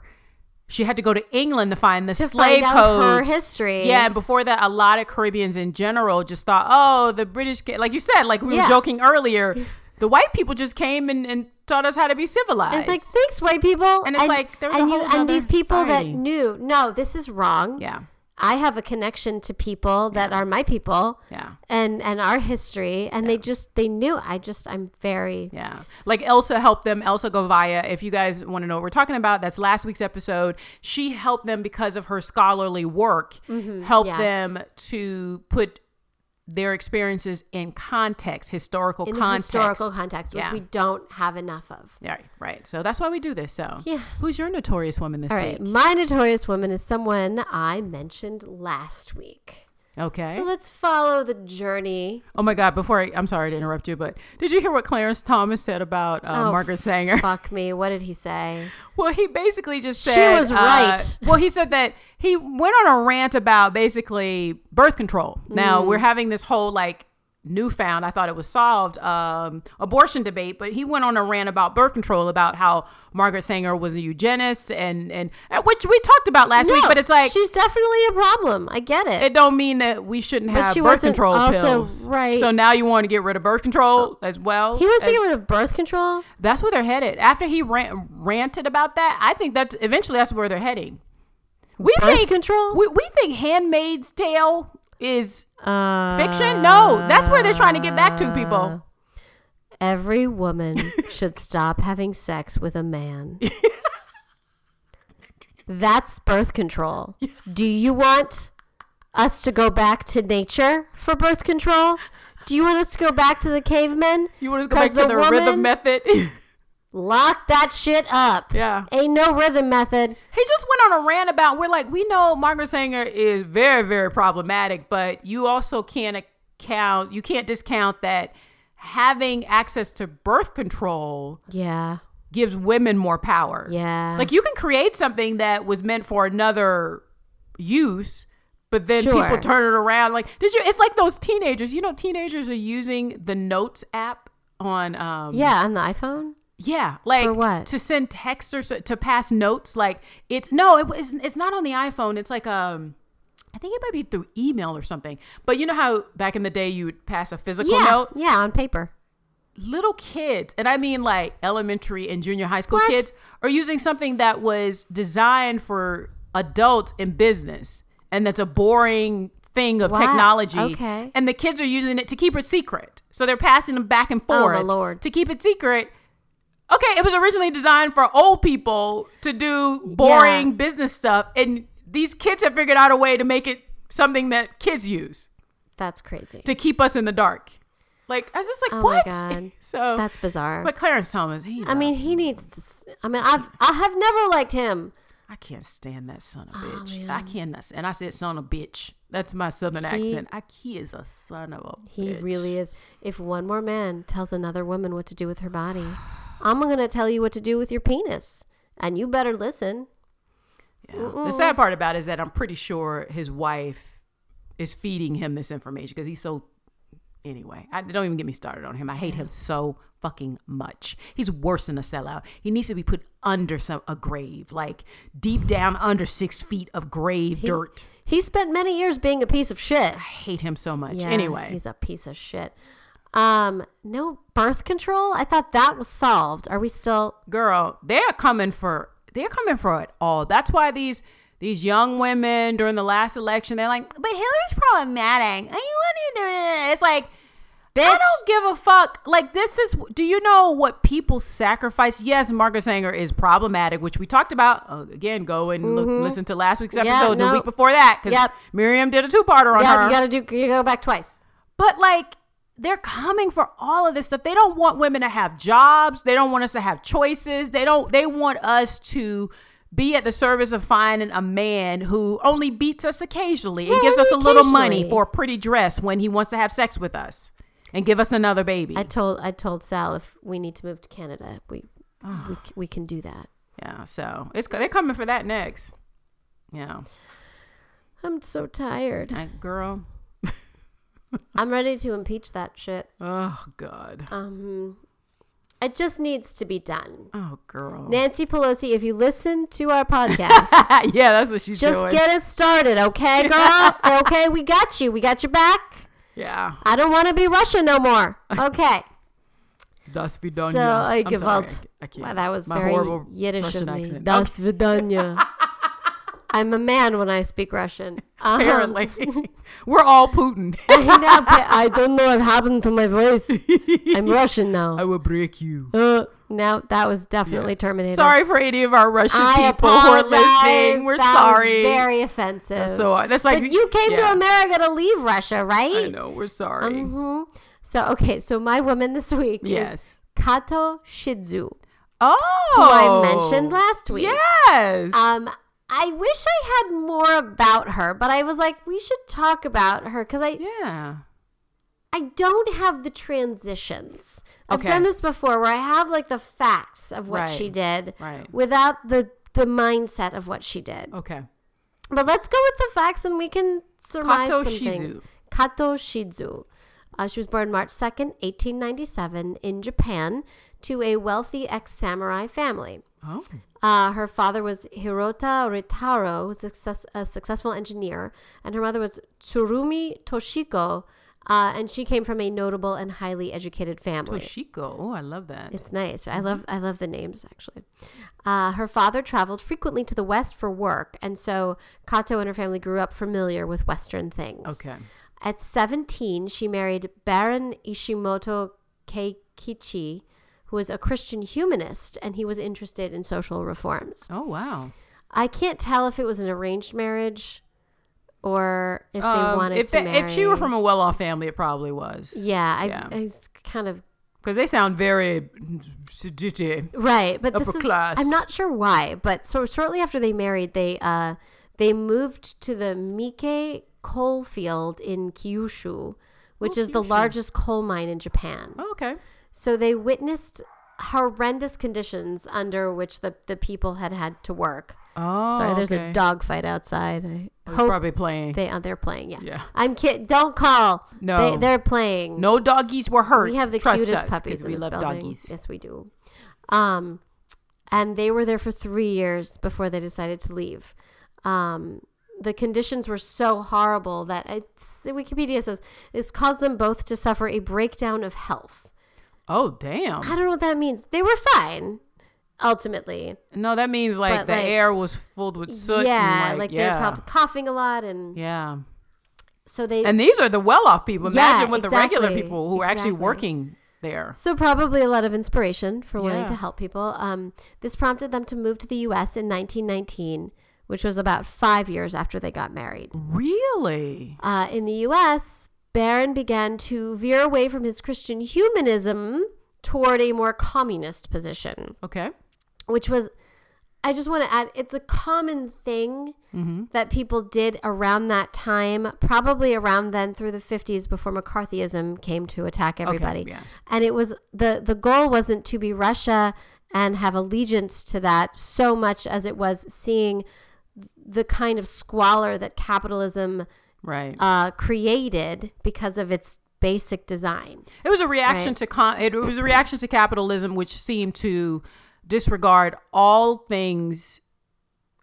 S1: she had to go to England to find the slave
S2: find out her
S1: codes.
S2: history.
S1: Yeah, and before that, a lot of Caribbeans in general just thought, oh, the British, ca-, like you said, like we
S2: Yeah.
S1: were joking earlier, the white people just came and, and taught us how to be civilized.
S2: It's like thanks, white people.
S1: And it's like, there was
S2: and
S1: a
S2: you
S1: whole
S2: and these
S1: other
S2: people
S1: society.
S2: that knew no, this is wrong.
S1: yeah,
S2: I have a connection to people that are my people.
S1: Yeah.
S2: And and our history, and they just they knew. I just I'm very
S1: yeah. Like Elsa helped them, Elsa Govaya. If you guys want to know what we're talking about, that's last week's episode. She helped them because of her scholarly work, helped
S2: Mm-hmm. yeah.
S1: them to put their experiences in context, historical
S2: in
S1: context.
S2: historical context, which
S1: Yeah.
S2: we don't have enough of.
S1: Right, right. So that's why we do this. So,
S2: Yeah.
S1: who's your notorious woman this
S2: All right,
S1: week?
S2: my notorious woman is someone I mentioned last week.
S1: Okay.
S2: So let's follow the journey.
S1: Oh my God! Before I, I'm sorry to interrupt you, but did you hear what Clarence Thomas said about uh,
S2: Oh,
S1: Margaret Sanger?
S2: Fuck me. What did he say?
S1: Well, he basically just
S2: She
S1: said
S2: was
S1: uh,
S2: right.
S1: well, he said that he went on a rant about basically birth control. Now
S2: Mm.
S1: we're having this whole like newfound, I thought it was solved, um, abortion debate, but he went on a rant about birth control about how Margaret Sanger was a eugenist and and uh, which we talked about last week,
S2: No,
S1: but it's like
S2: she's definitely a problem. I get it.
S1: it don't mean that we shouldn't
S2: But
S1: have
S2: she
S1: birth
S2: wasn't
S1: control
S2: also
S1: pills.
S2: right.
S1: So now you want to get rid of birth control as well.
S2: he wants to
S1: as-
S2: get rid of birth control.
S1: That's where they're headed. After he ran, ranted about that, I think that's eventually that's where they're heading. We
S2: Birth
S1: think
S2: control?
S1: We, we think Handmaid's Tale is fiction. No, that's where they're trying to get back to
S2: Ah.
S1: people.
S2: Every woman should stop having sex with a man. That's birth control. Do you want us to go back to nature for birth control? Do you want us to go back to the cavemen?
S1: You want to go
S2: 'Cause
S1: back to the rhythm method?
S2: Lock that shit up.
S1: yeah.
S2: Ain't no rhythm method.
S1: He just went on a rant about we're like we know Margaret Sanger is very very problematic, but you also can't account you can't discount that having access to birth control
S2: Yeah.
S1: gives women more power.
S2: Yeah.
S1: Like you can create something that was meant for another use, but then
S2: Sure.
S1: people turn it around. Like, did you? It's like those teenagers. You know, teenagers are using the Notes app on. Um,
S2: yeah, on the iPhone?
S1: yeah, like
S2: For what?
S1: to send text or so, to pass notes. Like it's no, it was it's not on the iPhone. It's like um. I think it might be through email or something. But you know how back in the day you would pass a physical
S2: yeah.
S1: note?
S2: Yeah, on paper.
S1: little kids, and I mean like elementary and junior high school
S2: What?
S1: kids, are using something that was designed for adults in business. And that's a boring thing of
S2: Wow.
S1: technology.
S2: Okay.
S1: And the kids are using it to keep it secret. So they're passing them back and
S2: Oh, my
S1: forth
S2: Lord.
S1: to keep it secret. Okay, it was originally designed for old people to do boring
S2: Yeah.
S1: business stuff. And these kids have figured out a way to make it something that kids use
S2: That's crazy.
S1: to keep us in the dark. Like, I was just like,
S2: Oh my
S1: what?
S2: God.
S1: so
S2: That's bizarre.
S1: but Clarence Thomas, he.
S2: I mean, he needs to. s- I mean, I've I have never liked him.
S1: I can't stand that son of
S2: oh,
S1: a bitch. I cannot. s- And I said son of a bitch. That's my southern accent. I, he is a son of a
S2: He
S1: bitch.
S2: really is. If one more man tells another woman what to do with her body, I'm going to tell you what to do with your penis. And you better listen.
S1: Yeah. The sad part about it is that I'm pretty sure his wife is feeding him this information because he's so. Anyway, I don't even get me started on him. I hate him so fucking much. He's worse than a sellout. He needs to be put under some a grave, like deep down under six feet of grave dirt.
S2: He spent many years being a piece of shit.
S1: I hate him so much. anyway,
S2: he's a piece of shit. Um, no birth control. I thought that was solved. Are we still?
S1: girl, they're coming for they're coming for it all. That's why these these young women during the last election, they're like, but Hillary's problematic. Are you doing it?" It's like I
S2: Bitch,
S1: don't give a fuck. Like this is. Do you know what people sacrifice? Yes, Marcus Anger is problematic, which we talked about uh, again. Go and look, listen to last week's episode and the
S2: Mm-hmm. no.
S1: week before that because
S2: Yep.
S1: Miriam did a two-parter on
S2: yeah,
S1: her.
S2: you gotta do. You go back twice.
S1: But like they're coming for all of this stuff. They don't want women to have jobs. They don't want us to have choices. They don't they want us to be at the service of finding a man who only beats us occasionally and gives us a little money
S2: occasionally.
S1: for a pretty dress when he wants to have sex with us and give us another baby.
S2: I told I told Sal if we need to move to Canada, we we, c- we can do that.
S1: yeah, so it's they're coming for that next. Yeah.
S2: I'm so tired.
S1: Like, girl.
S2: I'm ready to impeach that shit.
S1: Oh god.
S2: Um, it just needs to be done.
S1: Oh girl.
S2: Nancy Pelosi, if you listen to our podcast,
S1: yeah, that's what she's
S2: just
S1: doing.
S2: get us started, okay, girl? okay, we got you. We got your back.
S1: yeah.
S2: I don't want to be Russia no more. Okay.
S1: Das Vidania.
S2: So I
S1: I'm
S2: give
S1: sorry,
S2: out.
S1: I can't.
S2: Wow, that was
S1: My
S2: very
S1: horrible
S2: Yiddish
S1: Russian
S2: of me.
S1: accent. Okay,
S2: Das Vidanya. I'm a man when I speak Russian. Uh-huh. Um,
S1: apparently, we're all Putin.
S2: I, know, but I don't know what happened to my voice. I'm Russian
S1: I
S2: now.
S1: will break you.
S2: Uh, no, that was definitely terminated.
S1: Sorry for any of our Russian
S2: I
S1: people who are
S2: apologize.
S1: listening. We're
S2: That was
S1: sorry.
S2: very offensive.
S1: so uh, that's like
S2: but you came
S1: yeah,
S2: to America to leave Russia,
S1: I
S2: right?
S1: know. We're sorry.
S2: hmm So okay, so my woman this week is
S1: yes.
S2: Kato Shizu.
S1: Oh,
S2: I mentioned last week.
S1: Yes.
S2: Um, I wish I had more about her, but I was like, we should talk about her because I
S1: yeah.
S2: I don't have the transitions. I've
S1: Okay.
S2: done this before where I have like the facts of what
S1: Right.
S2: she did
S1: Right.
S2: without the the mindset of what she did.
S1: Okay.
S2: But let's go with the facts and we can surmise
S1: Kato
S2: some
S1: Shizu.
S2: things. Kato Shizu. Uh, she was born March 2nd, 1897, in Japan to a wealthy ex samurai family.
S1: Oh.
S2: Uh, her father was Hirota Ritaro, who was a, success, a successful engineer, and her mother was Tsurumi Toshiko, uh, and she came from a notable and highly educated family.
S1: Toshiko. Oh, I love that.
S2: It's nice.
S1: Mm-hmm.
S2: I love I love the names actually. Uh, her father traveled frequently to the West for work, and so Kato and her family grew up familiar with Western things.
S1: Okay.
S2: At 17, she married Baron Ishimoto Keikichi, who was a Christian humanist, and he was interested in social reforms.
S1: Oh wow.
S2: I can't tell if it was an arranged marriage or if they
S1: Um,
S2: wanted
S1: if,
S2: to
S1: they-
S2: marry.
S1: if she were from a well-off family, it probably was.
S2: yeah, I,
S1: Yeah.
S2: I was kind of
S1: Because they sound very sedity.
S2: Right, but this
S1: upper
S2: is,
S1: class.
S2: I'm not sure why, but so shortly after they married, they uh they moved to the Mike coal field in Kyushu, which
S1: Oh,
S2: is the
S1: Kyushu.
S2: largest coal mine in Japan.
S1: Oh, Okay.
S2: So they witnessed horrendous conditions under which the the people had had to work.
S1: Oh,
S2: Sorry, there's
S1: okay.
S2: a dog fight outside. I
S1: We're
S2: hope
S1: probably playing.
S2: they uh, they're playing. Yeah,
S1: Yeah.
S2: I'm kid. Don't call.
S1: No.
S2: they, they're playing.
S1: no doggies were hurt.
S2: We have the
S1: Trust
S2: cutest
S1: us, 'cause
S2: puppies in
S1: We
S2: this
S1: love
S2: building.
S1: doggies.
S2: Yes, we do. Um, and they were there for three years before they decided to leave. Um, the conditions were so horrible that it's, Wikipedia says it's caused them both to suffer a breakdown of health.
S1: Oh damn!
S2: I don't know what that means. They were fine, ultimately.
S1: No, that means like
S2: But,
S1: the
S2: like-
S1: air was filled with soot.
S2: yeah,
S1: and,
S2: like,
S1: like,
S2: they
S1: yeah,
S2: were probably coughing a lot, and
S1: yeah.
S2: so they
S1: And these are the well-off people.
S2: Yeah,
S1: Imagine what the regular
S2: exactly,
S1: people who are actually
S2: exactly.
S1: working there.
S2: So probably a lot of inspiration for wanting
S1: Yeah.
S2: to help people. Um, this prompted them to move to the U.S. in 1919, which was about five years after they got married.
S1: Really?
S2: Uh, in the U.S., Barron began to veer away from his Christian humanism toward a more communist position,
S1: Okay.
S2: which was I just want to add it's a common thing that people did around that time, probably around then through the 50s before McCarthyism came to attack everybody.
S1: yeah.
S2: And it was the the goal wasn't to be Russia and have allegiance to that so much as it was seeing the kind of squalor that capitalism
S1: Right.
S2: uh, created because of its basic design.
S1: It was a reaction
S2: Right.
S1: to con- it was a reaction to capitalism, which seemed to disregard all things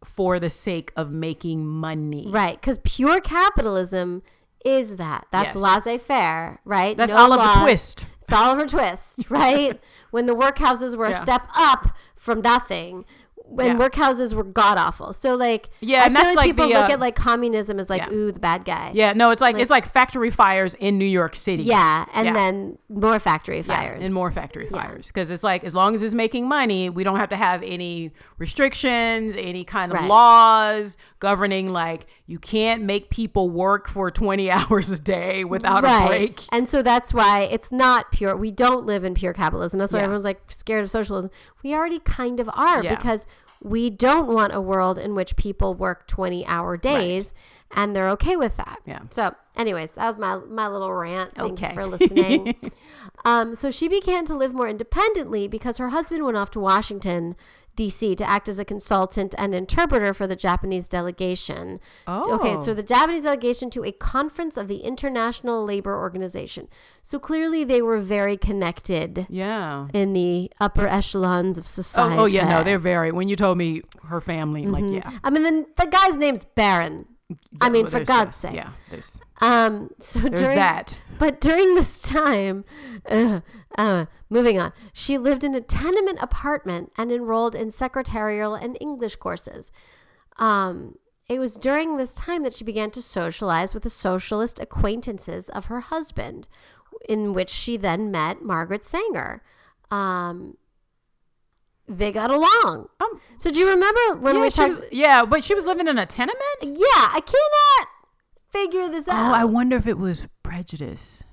S1: for the sake of making money.
S2: Right, because pure capitalism is that.
S1: Yes.
S2: That's laissez faire, right?
S1: That's
S2: No
S1: Oliver
S2: laws.
S1: Twist.
S2: It's Oliver Twist, right? when the workhouses were
S1: Yeah.
S2: a step up from nothing, when
S1: Yeah.
S2: workhouses were god awful. So, like,
S1: Yeah,
S2: I
S1: and
S2: feel
S1: that's
S2: like,
S1: like
S2: people
S1: the,
S2: look
S1: uh,
S2: at like communism as like,
S1: Yeah.
S2: ooh, the bad guy.
S1: Yeah, no, it's like, it's like factory fires in New York City.
S2: Yeah, and
S1: Yeah.
S2: then more factory
S1: Yeah,
S2: fires.
S1: and more factory
S2: Yeah.
S1: fires because it's like as long as it's making money, we don't have to have any restrictions, any kind of
S2: Right.
S1: laws governing like you can't make people work for 20 hours a day without a break.
S2: And so that's why it's not pure. We don't live in pure capitalism. That's why
S1: Yeah.
S2: everyone's like scared of socialism. We already kind of are
S1: Yeah.
S2: because we don't want a world in which people work 20 hour days and they're okay with that.
S1: Yeah.
S2: So, anyways, that was my, my little rant. Thanks
S1: Okay.
S2: for listening. um, so, she began to live more independently because her husband went off to Washington. D.C. to act as a consultant and interpreter for the Japanese delegation. Okay,
S1: Oh.
S2: so the Japanese delegation to a conference of the International Labor Organization. So clearly they were very connected
S1: Yeah.
S2: in the upper echelons of society.
S1: Oh, oh yeah, no, they're very. When you told me her family, I'm like yeah,
S2: I mean, the, the guy's name's Baron. Mm-hmm. I mean,
S1: Well,
S2: for
S1: there's
S2: God's
S1: that.
S2: sake.
S1: yeah, there's,
S2: Um, so
S1: there's
S2: during,
S1: that.
S2: But during this time, uh, uh, moving on, she lived in a tenement apartment and enrolled in secretarial and English courses. Um, it was during this time that she began to socialize with the socialist acquaintances of her husband, in which she then met Margaret Sanger. Um, they got along.
S1: Um,
S2: So do you remember when
S1: yeah,
S2: we
S1: she
S2: talked?
S1: was- yeah, but she was living in a tenement.
S2: yeah, I cannot figure this out.
S1: Oh, I wonder if it was prejudice.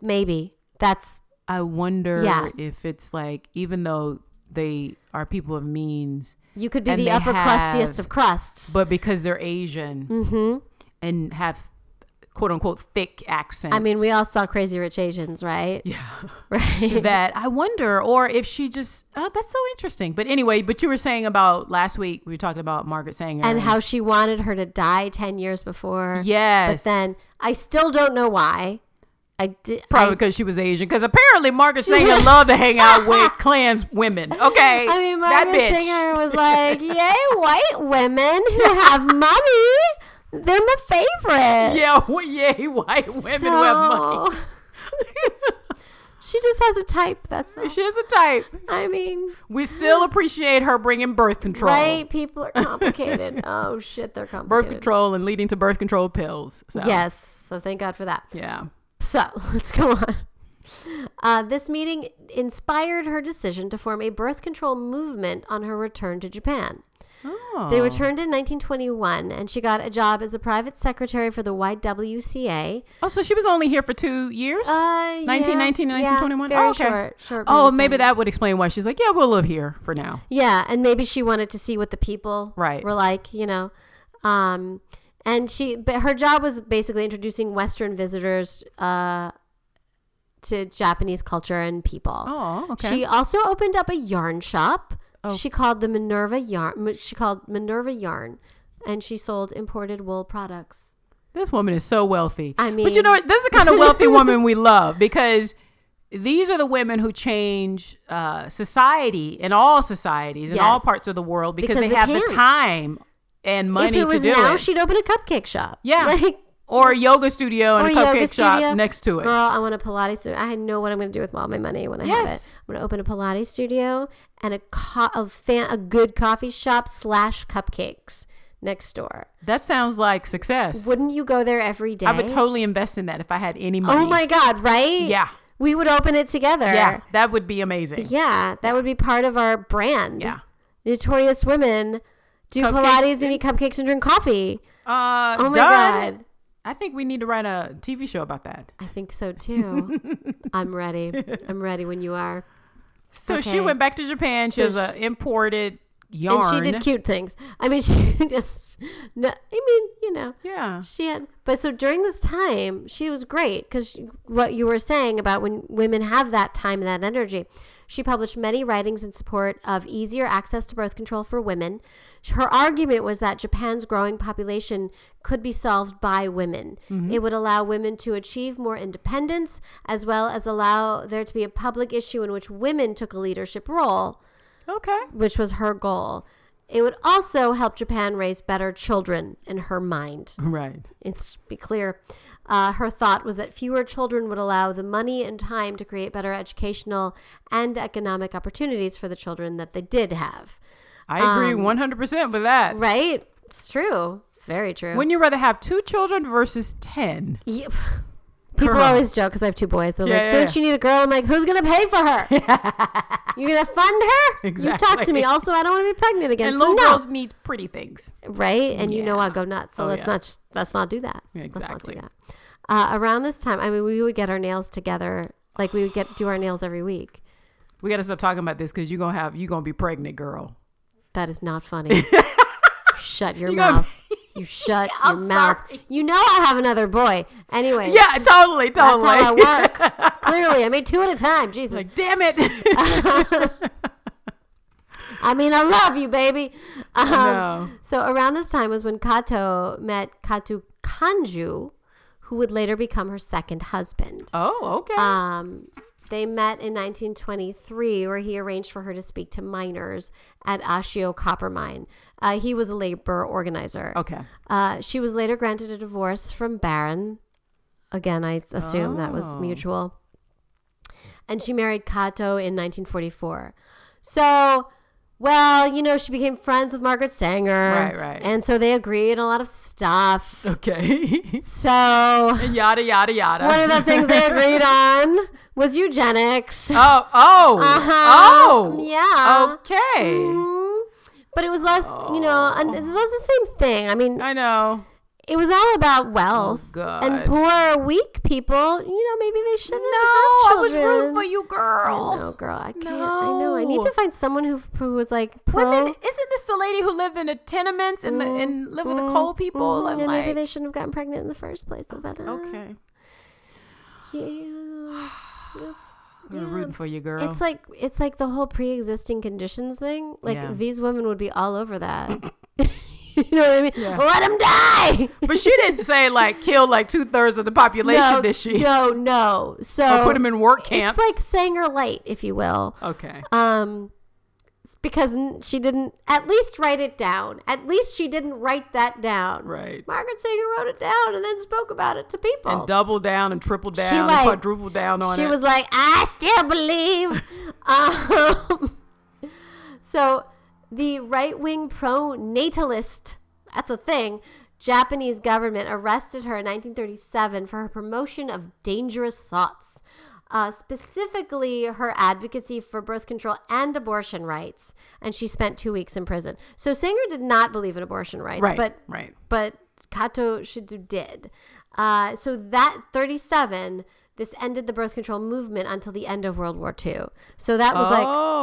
S2: Maybe that's
S1: I wonder
S2: Yeah.
S1: if it's like even though they are people of means,
S2: You could be
S1: And
S2: the
S1: they
S2: upper
S1: have-
S2: crustiest of crusts.
S1: but because they're Asian
S2: Mm-hmm.
S1: and have quote unquote thick accents.
S2: I mean, we all saw Crazy Rich Asians, right?
S1: yeah.
S2: Right.
S1: that I wonder, or if she just uh, that's so interesting. But anyway, but you were saying about last week we were talking about Margaret Sanger
S2: and how she wanted her to die 10 years before.
S1: yes,
S2: But then I still don't know why. I did.
S1: Probably because she was Asian. Because apparently Margaret Sanger loved to hang out with Klans women. Okay,
S2: I, I mean,
S1: that
S2: Margaret
S1: bitch.
S2: Singer was like, yay, white women who have money. They're my favorite.
S1: Yeah, well, yay, white women who have money.
S2: So- she just has a type. That's all.
S1: She has a type.
S2: I mean,
S1: We still appreciate her bringing birth control,
S2: right? People are complicated. oh, shit, they're complicated.
S1: birth control, and leading to birth control pills. So,
S2: Yes. So thank God for that.
S1: yeah.
S2: So let's go on. Uh, this meeting inspired her decision to form a birth control movement on her return to Japan.
S1: Oh.
S2: They returned in 1921, and she got a job as a private secretary for the YWCA.
S1: oh, so she was only here for two years.
S2: Uh,
S1: 1919
S2: yeah,
S1: and 1921?
S2: Yeah, very
S1: Oh, okay.
S2: short, short
S1: oh,
S2: period of
S1: maybe
S2: time.
S1: that would explain why she's like, yeah, we'll live here for now.
S2: Yeah, and maybe she wanted to see what the people
S1: Right.
S2: were like, you know. Um, and she, but her job was basically introducing Western visitors uh, to Japanese culture and people.
S1: Oh, okay. Oh.
S2: She also opened up a yarn shop. She called the Minerva Yarn. M- She called Minerva Yarn, and she sold imported wool products.
S1: This woman is so wealthy.
S2: I
S1: but you know,
S2: mean-
S1: what? this is the kind of wealthy woman we love because these are the women who change uh, society in all societies in all
S2: Yes.
S1: parts of the world because,
S2: Because
S1: they,
S2: they
S1: have the
S2: can.
S1: time and money
S2: if it was
S1: to do
S2: now,
S1: it.
S2: she'd open a cupcake shop.
S1: yeah,
S2: like
S1: or a yoga studio and
S2: or
S1: a
S2: a
S1: cupcake
S2: yoga
S1: shop
S2: studio. Uh,
S1: next to it.
S2: girl, I want a Pilates. Studio. I know what I'm going to do with all my money when I have
S1: Yes.
S2: it. I'm going to open a Pilates studio and a co- a, fan- a good coffee shop slash cupcakes next door.
S1: That sounds like success.
S2: Wouldn't you go there every day?
S1: I would totally invest in that if I had any money.
S2: oh my god! Right?
S1: Yeah.
S2: We would open it together.
S1: Yeah, that would be amazing.
S2: Yeah, that would be part of our brand.
S1: Yeah.
S2: Notorious women do
S1: Cupcakes
S2: Pilates and eat cupcakes and drink coffee.
S1: Uh,
S2: Oh my
S1: done.
S2: God.
S1: I think we need to write a TV show about that.
S2: I think so too. I'm ready. I'm ready when you are.
S1: So she
S2: Okay.
S1: went back to Japan. She
S2: So
S1: was an imported
S2: and
S1: yarn.
S2: she did cute things. I mean, she just, no, I mean, you know,
S1: Yeah.
S2: she had. But so during this time, she was great because what you were saying about when women have that time and that energy. She published many writings in support of easier access to birth control for women. Her argument was that Japan's growing population could be solved by women. It would allow women to achieve more independence as well as allow there to be a public issue in which women took a leadership role
S1: Okay.
S2: which was her goal. It would also help Japan raise better children in her mind.
S1: Right.
S2: It's be clear. Uh, her thought was that fewer children would allow the money and time to create better educational and economic opportunities for the children that they did have.
S1: I agree 100% with that.
S2: Um, Right? It's true. It's very true.
S1: Wouldn't you rather have two children versus 10?
S2: Yep. People
S1: Girl.
S2: always joke because I have two boys. They're
S1: Yeah,
S2: like,
S1: yeah,
S2: "Don't
S1: yeah.
S2: you need a girl?" I'm like, "Who's gonna pay for her? You're gonna fund her? You talk to
S1: Exactly.
S2: me. Also, I don't want to be pregnant again.
S1: And
S2: so
S1: little
S2: no.
S1: girls need pretty things.
S2: right? And you know
S1: Yeah.
S2: I'll go nuts. So
S1: Oh,
S2: let's
S1: yeah.
S2: not let's not do that.
S1: Yeah, exactly.
S2: Let's not do that. Uh, around this time, I mean, we would get our nails together. Like we would get do our nails every week.
S1: We got to stop talking about this because you're going to have, you're going to be pregnant, girl.
S2: That is not funny. shut your
S1: You gotta-
S2: mouth. You shut your
S1: I'm
S2: mouth.
S1: sorry.
S2: You know I have another boy. Anyway,
S1: Yeah, totally,
S2: that's
S1: totally.
S2: how I work. Clearly, I made two at a time. Jesus.
S1: like, damn it.
S2: I mean, I love you, baby. Um,
S1: No.
S2: So around this time was when Kato met Katu Kanju, who would later become her second husband.
S1: oh, okay.
S2: Um, they met in 1923, where he arranged for her to speak to miners at Ashio Copper Mine. Uh, he was a labor organizer.
S1: okay.
S2: Uh, she was later granted a divorce from Barron. Again, I assume that was
S1: Oh.
S2: mutual. And she married Kato in 1944. So, well, you know, she became friends with Margaret Sanger.
S1: Right, right.
S2: And so they agreed on a lot of stuff.
S1: Okay.
S2: So,
S1: yada, yada, yada.
S2: one of the things they agreed on was eugenics.
S1: Oh, oh,
S2: Uh-huh.
S1: oh.
S2: Yeah.
S1: Okay.
S2: Mhm. But it was less, you know, and it's about the same thing. I mean,
S1: I know.
S2: it was all about wealth.
S1: Oh, God.
S2: And poor, weak people, you know, maybe they shouldn't
S1: No,
S2: have
S1: I was
S2: children.
S1: rude for you,
S2: I
S1: girl.
S2: know, girl. I can't. I know. I need
S1: No.
S2: to find someone who, who was like pro.
S1: Women, isn't this the lady who lived in the tenements and, the, and lived with the coal people?
S2: Mm,
S1: I'm
S2: yeah,
S1: like,
S2: maybe they shouldn't have gotten pregnant in the first place. But, uh,
S1: okay.
S2: Yeah. That's-
S1: We're rooting for you, girl.
S2: It's like it's like the whole pre-existing conditions thing. Like
S1: Yeah.
S2: these women would be all over that. you know what I mean? Let them die.
S1: but she didn't say like kill like two thirds of the population, did she?
S2: no, no. So
S1: Or put them in work camps.
S2: It's like Sanger light, if you will.
S1: okay.
S2: Um, it's because n- she didn't at least write it down. At least she didn't write that down.
S1: Right.
S2: Margaret Sanger wrote it down and then spoke about it to people.
S1: And double down and triple down and
S2: like-
S1: quadruple down on
S2: she
S1: it.
S2: was like, I still believe. um, so the right wing pro natalist, that's a thing, Japanese government arrested her in 1937 for her promotion of dangerous thoughts. Uh, specifically, her advocacy for birth control and abortion rights, and she spent two weeks in prison. So Sanger did not believe in abortion rights,
S1: right.
S2: but
S1: right.
S2: but Kato Shizu did. Uh, so that 37, this ended the birth control movement until the end of World War II. So that was
S1: Oh,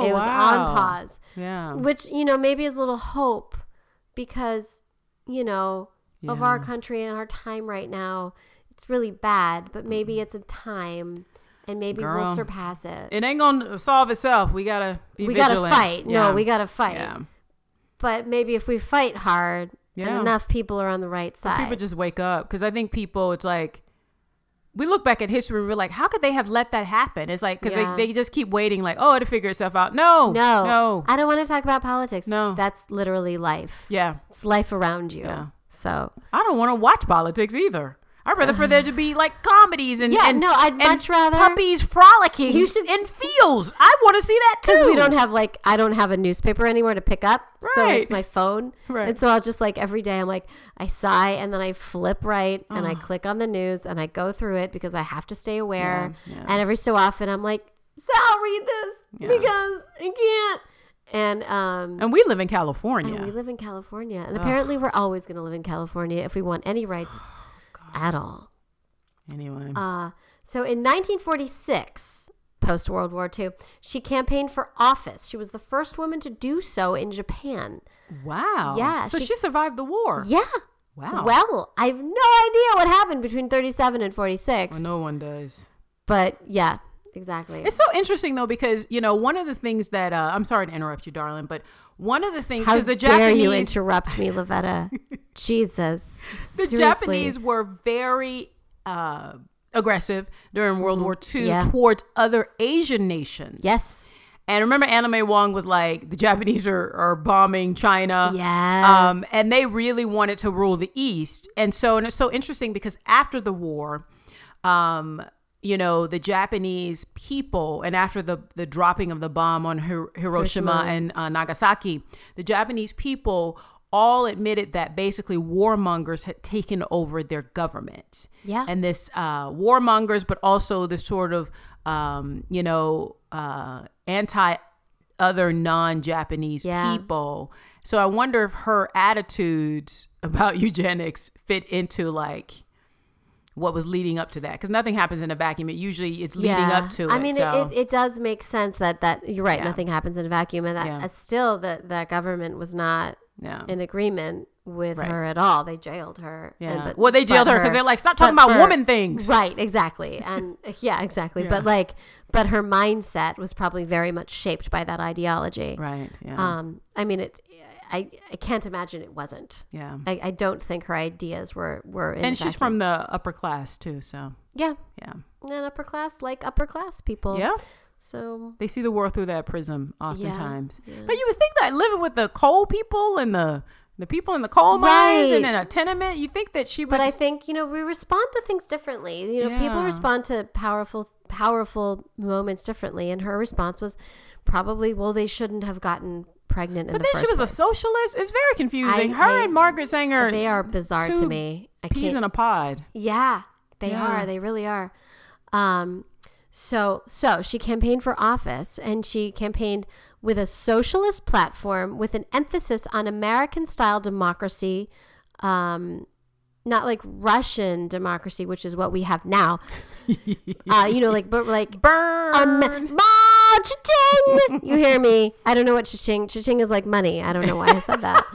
S2: like, it was
S1: wow.
S2: on pause,
S1: Yeah.
S2: which, you know, maybe is a little hope because, you know, of our
S1: Yeah.
S2: country and our time right now, it's really bad, but maybe it's a time and maybe we'll
S1: Mm. Girl.
S2: surpass it.
S1: It ain't gonna solve itself. We gotta be
S2: we
S1: vigilant.
S2: gotta fight.
S1: Yeah.
S2: No, we gotta fight.
S1: Yeah.
S2: But maybe if we fight hard and
S1: Yeah.
S2: enough people are on the right side.
S1: people just wake up because I think people it's like we look back at history and we're like how could they have let that happen it's like because
S2: Yeah.
S1: they, they just keep waiting like oh it'll figure itself out no
S2: No.
S1: no
S2: I don't want to talk about politics.
S1: No.
S2: That's literally life.
S1: yeah
S2: It's life around you.
S1: Yeah.
S2: So,
S1: I don't want to watch politics either I'd rather for there to be like comedies and
S2: Yeah,
S1: and,
S2: no, I'd
S1: and
S2: much rather-
S1: puppies frolicking
S2: You should-
S1: in fields I want to see that too
S2: because we don't have like, I don't have a newspaper anywhere to pick up. So it's
S1: Right.
S2: my phone.
S1: Right.
S2: And so I'll just like every day, I'm like, I sigh and then I flip right and I click on the news and I go through it because I have to stay aware.
S1: Yeah, yeah.
S2: And every so often, I'm like, so I'll read this
S1: Yeah.
S2: because I can't. And, um,
S1: and we live in California
S2: and we live in California. And apparently, we're always going to live in California if we want any
S1: Oh,
S2: rights at all.
S1: anyway
S2: Uh, so in 1946, p- post World War II. She campaigned for office. She was the first woman to do so in Japan.
S1: Wow.
S2: Yeah,
S1: So she,
S2: she-
S1: survived the war.
S2: Yeah.
S1: Wow.
S2: Well, I have no idea what happened between 37 and 46.
S1: Well, Oh, no one does.
S2: But yeah, exactly.
S1: It's so interesting though because you know one of the things that uh, I'm sorry to interrupt you, darling, but one of the things
S2: How
S1: because the
S2: dare
S1: Japanese
S2: you interrupt me, Lavetta? Jesus.
S1: the
S2: Seriously.
S1: Japanese were very uh, aggressive during World War II
S2: Mm, Yeah.
S1: towards other Asian nations.
S2: Yes.
S1: And remember, Anime Wong was like, the Japanese are, are bombing China.
S2: Yes.
S1: Uh, Um, and they really wanted to rule the East. And so, and it's so interesting because after the war, um, you know, the Japanese people, and after the, the dropping of the bomb on Hir- Hiroshima,
S2: Hiroshima.
S1: and uh, Nagasaki, the Japanese people all admitted that basically warmongers had taken over their government
S2: Yeah.
S1: and this uh, warmongers, but also this sort of um, you know uh, anti other non-Japanese
S2: Yeah.
S1: people. So I wonder if her attitudes about eugenics fit into like what was leading up to that because nothing happens in a vacuum. It usually it's leading up to
S2: I
S1: it.
S2: mean,
S1: so.
S2: it, it, it does make sense that, that you're right.
S1: Yeah.
S2: Nothing happens in a vacuum. And that
S1: Yeah.
S2: uh, still that that government was not
S1: yeah.
S2: in agreement with
S1: Right.
S2: her at all. They jailed her.
S1: yeah.
S2: and- but-
S1: well, they jailed
S2: but
S1: her because they're like, stop talking
S2: but
S1: about
S2: for-
S1: woman things.
S2: Right, exactly. And yeah, exactly. But like, but her mindset was probably very much shaped by that ideology.
S1: Right. Yeah.
S2: Um, I mean, it. I, I can't imagine it wasn't.
S1: yeah.
S2: I, I don't think her ideas were were. In
S1: And
S2: a
S1: she's
S2: vacuum.
S1: from the upper class too. So
S2: yeah,
S1: yeah.
S2: and upper class like upper class people.
S1: Yeah.
S2: So
S1: They see the world through that prism oftentimes.
S2: yeah.
S1: But you would think that living with the coal people and the the people in the coal mines and
S2: Right.
S1: in a tenement, you think that she would.
S2: but I think you know we respond to things differently. You know, people
S1: Yeah.
S2: respond to powerful powerful moments differently, and her response was probably, "Well, they shouldn't have gotten pregnant." in
S1: but
S2: the
S1: then she was
S2: first place."
S1: a socialist. It's very confusing.
S2: I-
S1: Her
S2: I-
S1: and Margaret Sanger,
S2: They are bizarre to
S1: two
S2: me. I
S1: peas
S2: can't.
S1: in a pod.
S2: yeah, they
S1: Yeah.
S2: are. They really are. Um, so so she campaigned for office, and she campaigned with a socialist platform with an emphasis on American style democracy. Um, not like Russian democracy, which is what we have now. uh, you know, like but like
S1: Burn.
S2: um, ma cha-ching! You hear me? I don't know what cha-ching. Cha-ching is like money. I don't know why I said that.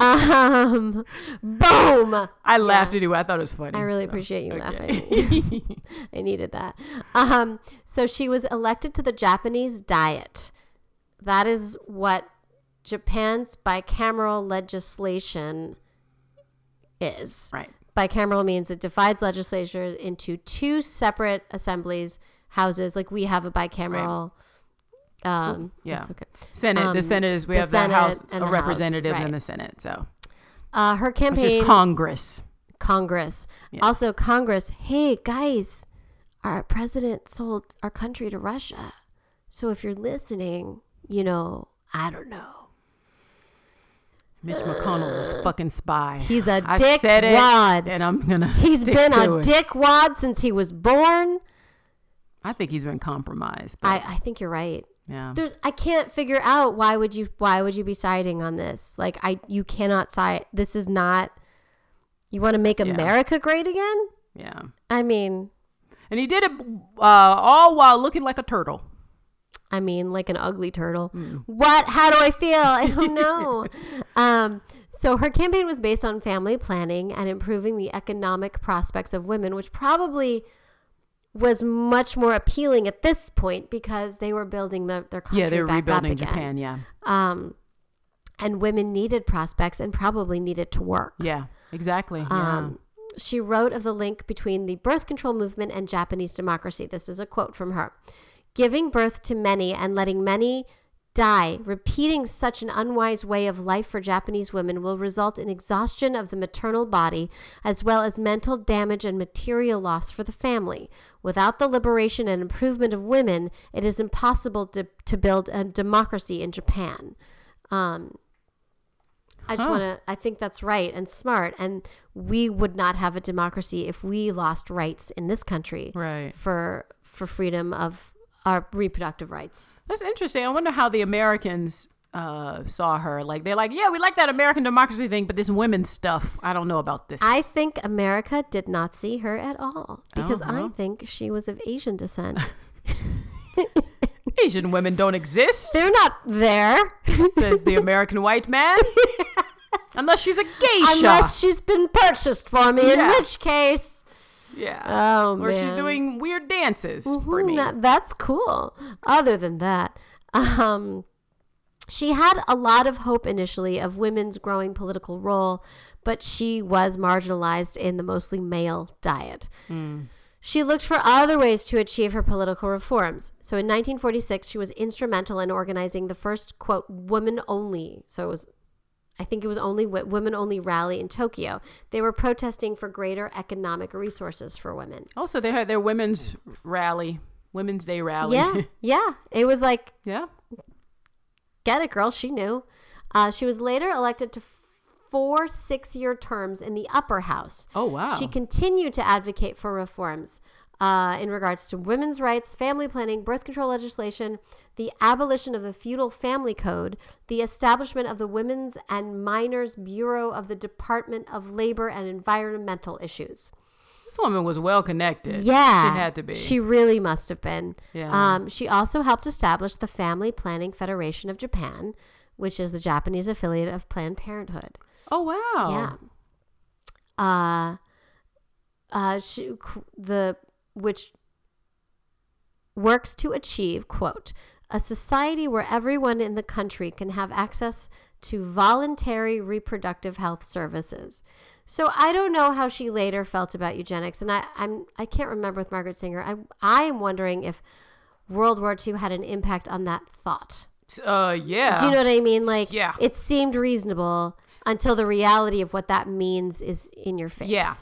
S2: um, boom!
S1: I laughed at you. I thought it was funny.
S2: I really
S1: so.
S2: appreciate you
S1: okay.
S2: laughing. I needed that. Um, so she was elected to the Japanese Diet. That is what Japan's bicameral legislation is.
S1: Right.
S2: Bicameral means it divides legislatures into two separate assemblies, houses. Like we have a bicameral. Um,
S1: Yeah.
S2: that's okay.
S1: Senate. the
S2: Um,
S1: Senate is we
S2: the
S1: have
S2: Senate
S1: the House
S2: and the
S1: of
S2: House,
S1: Representatives
S2: right.
S1: and the Senate. So
S2: Uh, her
S1: which
S2: campaign.
S1: is Congress.
S2: Congress.
S1: Yeah.
S2: Also, Congress, hey guys, our president sold our country to Russia. So if you're listening, you know, I don't know.
S1: Mitch McConnell's a fucking spy.
S2: Uh, He's a
S1: I
S2: dick
S1: said it,
S2: wad.
S1: and I'm gonna.
S2: He's
S1: stick
S2: been
S1: to
S2: a
S1: it.
S2: dickwad since he was born.
S1: I think he's been compromised. But,
S2: I, I think you're right.
S1: yeah.
S2: There's I can't figure out why would you why would you be siding on this? Like I you cannot side this is not you want to make America great again?
S1: Yeah.
S2: I mean,
S1: And he did it uh, all while looking like a turtle.
S2: I mean, like an ugly turtle.
S1: Mm.
S2: What? How do I feel? I don't know. um, so her campaign was based on family planning and improving the economic prospects of women, which probably was much more appealing at this point because they were building the, their country
S1: yeah, they were
S2: back
S1: rebuilding
S2: up again.
S1: Japan. Yeah.
S2: Um, and women needed prospects and probably needed to work.
S1: Yeah. Exactly.
S2: Um, she wrote of the link between the birth control movement and Japanese democracy. This is a quote from her Giving birth to many and letting many die, repeating such an unwise way of life for Japanese women will result in exhaustion of the maternal body as well as mental damage and material loss for the family. Without the liberation and improvement of women, it is impossible to, to build a democracy in Japan. Um, I just
S1: Huh.
S2: want to, I think that's right and smart. And we would not have a democracy if we lost rights in this country
S1: yeah. Right.
S2: for, for freedom of our reproductive rights.
S1: That's interesting. I wonder how the Americans uh, saw her. Like they're like, yeah, we like that American democracy thing, but this women's stuff, I don't know about this.
S2: I think America did not see her at all because
S1: well.
S2: I think she was of Asian descent.
S1: Asian women don't exist,
S2: They're not there.
S1: says the American white man. Unless she's a geisha.
S2: Unless she's been purchased for me, in
S1: Yeah.
S2: which case.
S1: yeah.
S2: Oh,
S1: or
S2: man.
S1: she's doing weird dances for
S2: Hmm,
S1: me.
S2: that- that's cool. Other than that, um, she had a lot of hope initially of women's growing political role, but she was marginalized in the mostly male diet.
S1: Hmm.
S2: She looked for other ways to achieve her political reforms. So in 1946, she was instrumental in organizing the first, quote, woman only, so it was I think it was only wo- women only rally in Tokyo. They were protesting for greater economic resources for women.
S1: Also, they had their women's rally, Women's Day rally.
S2: Yeah, yeah. It was like,
S1: yeah.
S2: get it, girl. She knew. Uh, she was later elected to four six year terms in the upper house.
S1: Oh, wow.
S2: She continued to advocate for reforms uh, in regards to women's rights, family planning, birth control legislation, the abolition of the feudal family code, the establishment of the Women's and Minors Bureau of the Department of Labor and Environmental Issues.
S1: this woman was well connected.
S2: Yeah.
S1: She had to be.
S2: She really must have been.
S1: Yeah.
S2: Um, she also helped establish the Family Planning Federation of Japan, which is the Japanese affiliate of Planned Parenthood.
S1: oh, wow.
S2: Yeah. Uh, uh, she, qu- the, which works to achieve, quote, a society where everyone in the country can have access to voluntary reproductive health services. So I don't know how she later felt about eugenics, and I, I'm I can't remember with Margaret Singer. I I am wondering if World War II had an impact on that thought.
S1: Uh, yeah.
S2: Do you know what I mean? Like,
S1: Yeah.
S2: it seemed reasonable until the reality of what that means is in your face.
S1: Yeah.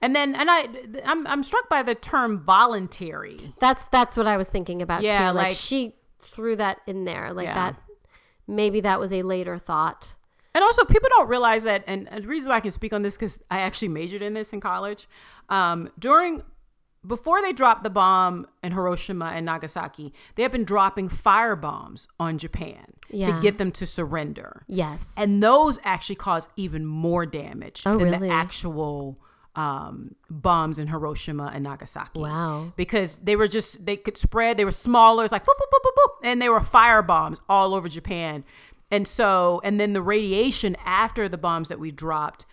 S1: And then, and I, I'm, I'm struck by the term voluntary.
S2: that's that's what I was thinking about
S1: Yeah,
S2: too. Like,
S1: like-
S2: she threw that in there, like
S1: Yeah.
S2: that. Maybe that was a later thought.
S1: And also, people don't realize that, and and the reason why I can speak on this because I actually majored in this in college. Um, during, before they dropped the bomb in Hiroshima and Nagasaki, they had been dropping fire bombs on Japan
S2: Yeah.
S1: to get them to surrender,
S2: Yes.
S1: and those actually caused even more damage
S2: Oh,
S1: than
S2: really?
S1: the actual um, bombs in Hiroshima and Nagasaki.
S2: Wow.
S1: Because they were just they could spread. They were smaller. It's like boop boop boop boop boop, and they were fire bombs all over Japan. And so, and then the radiation after the bombs that we dropped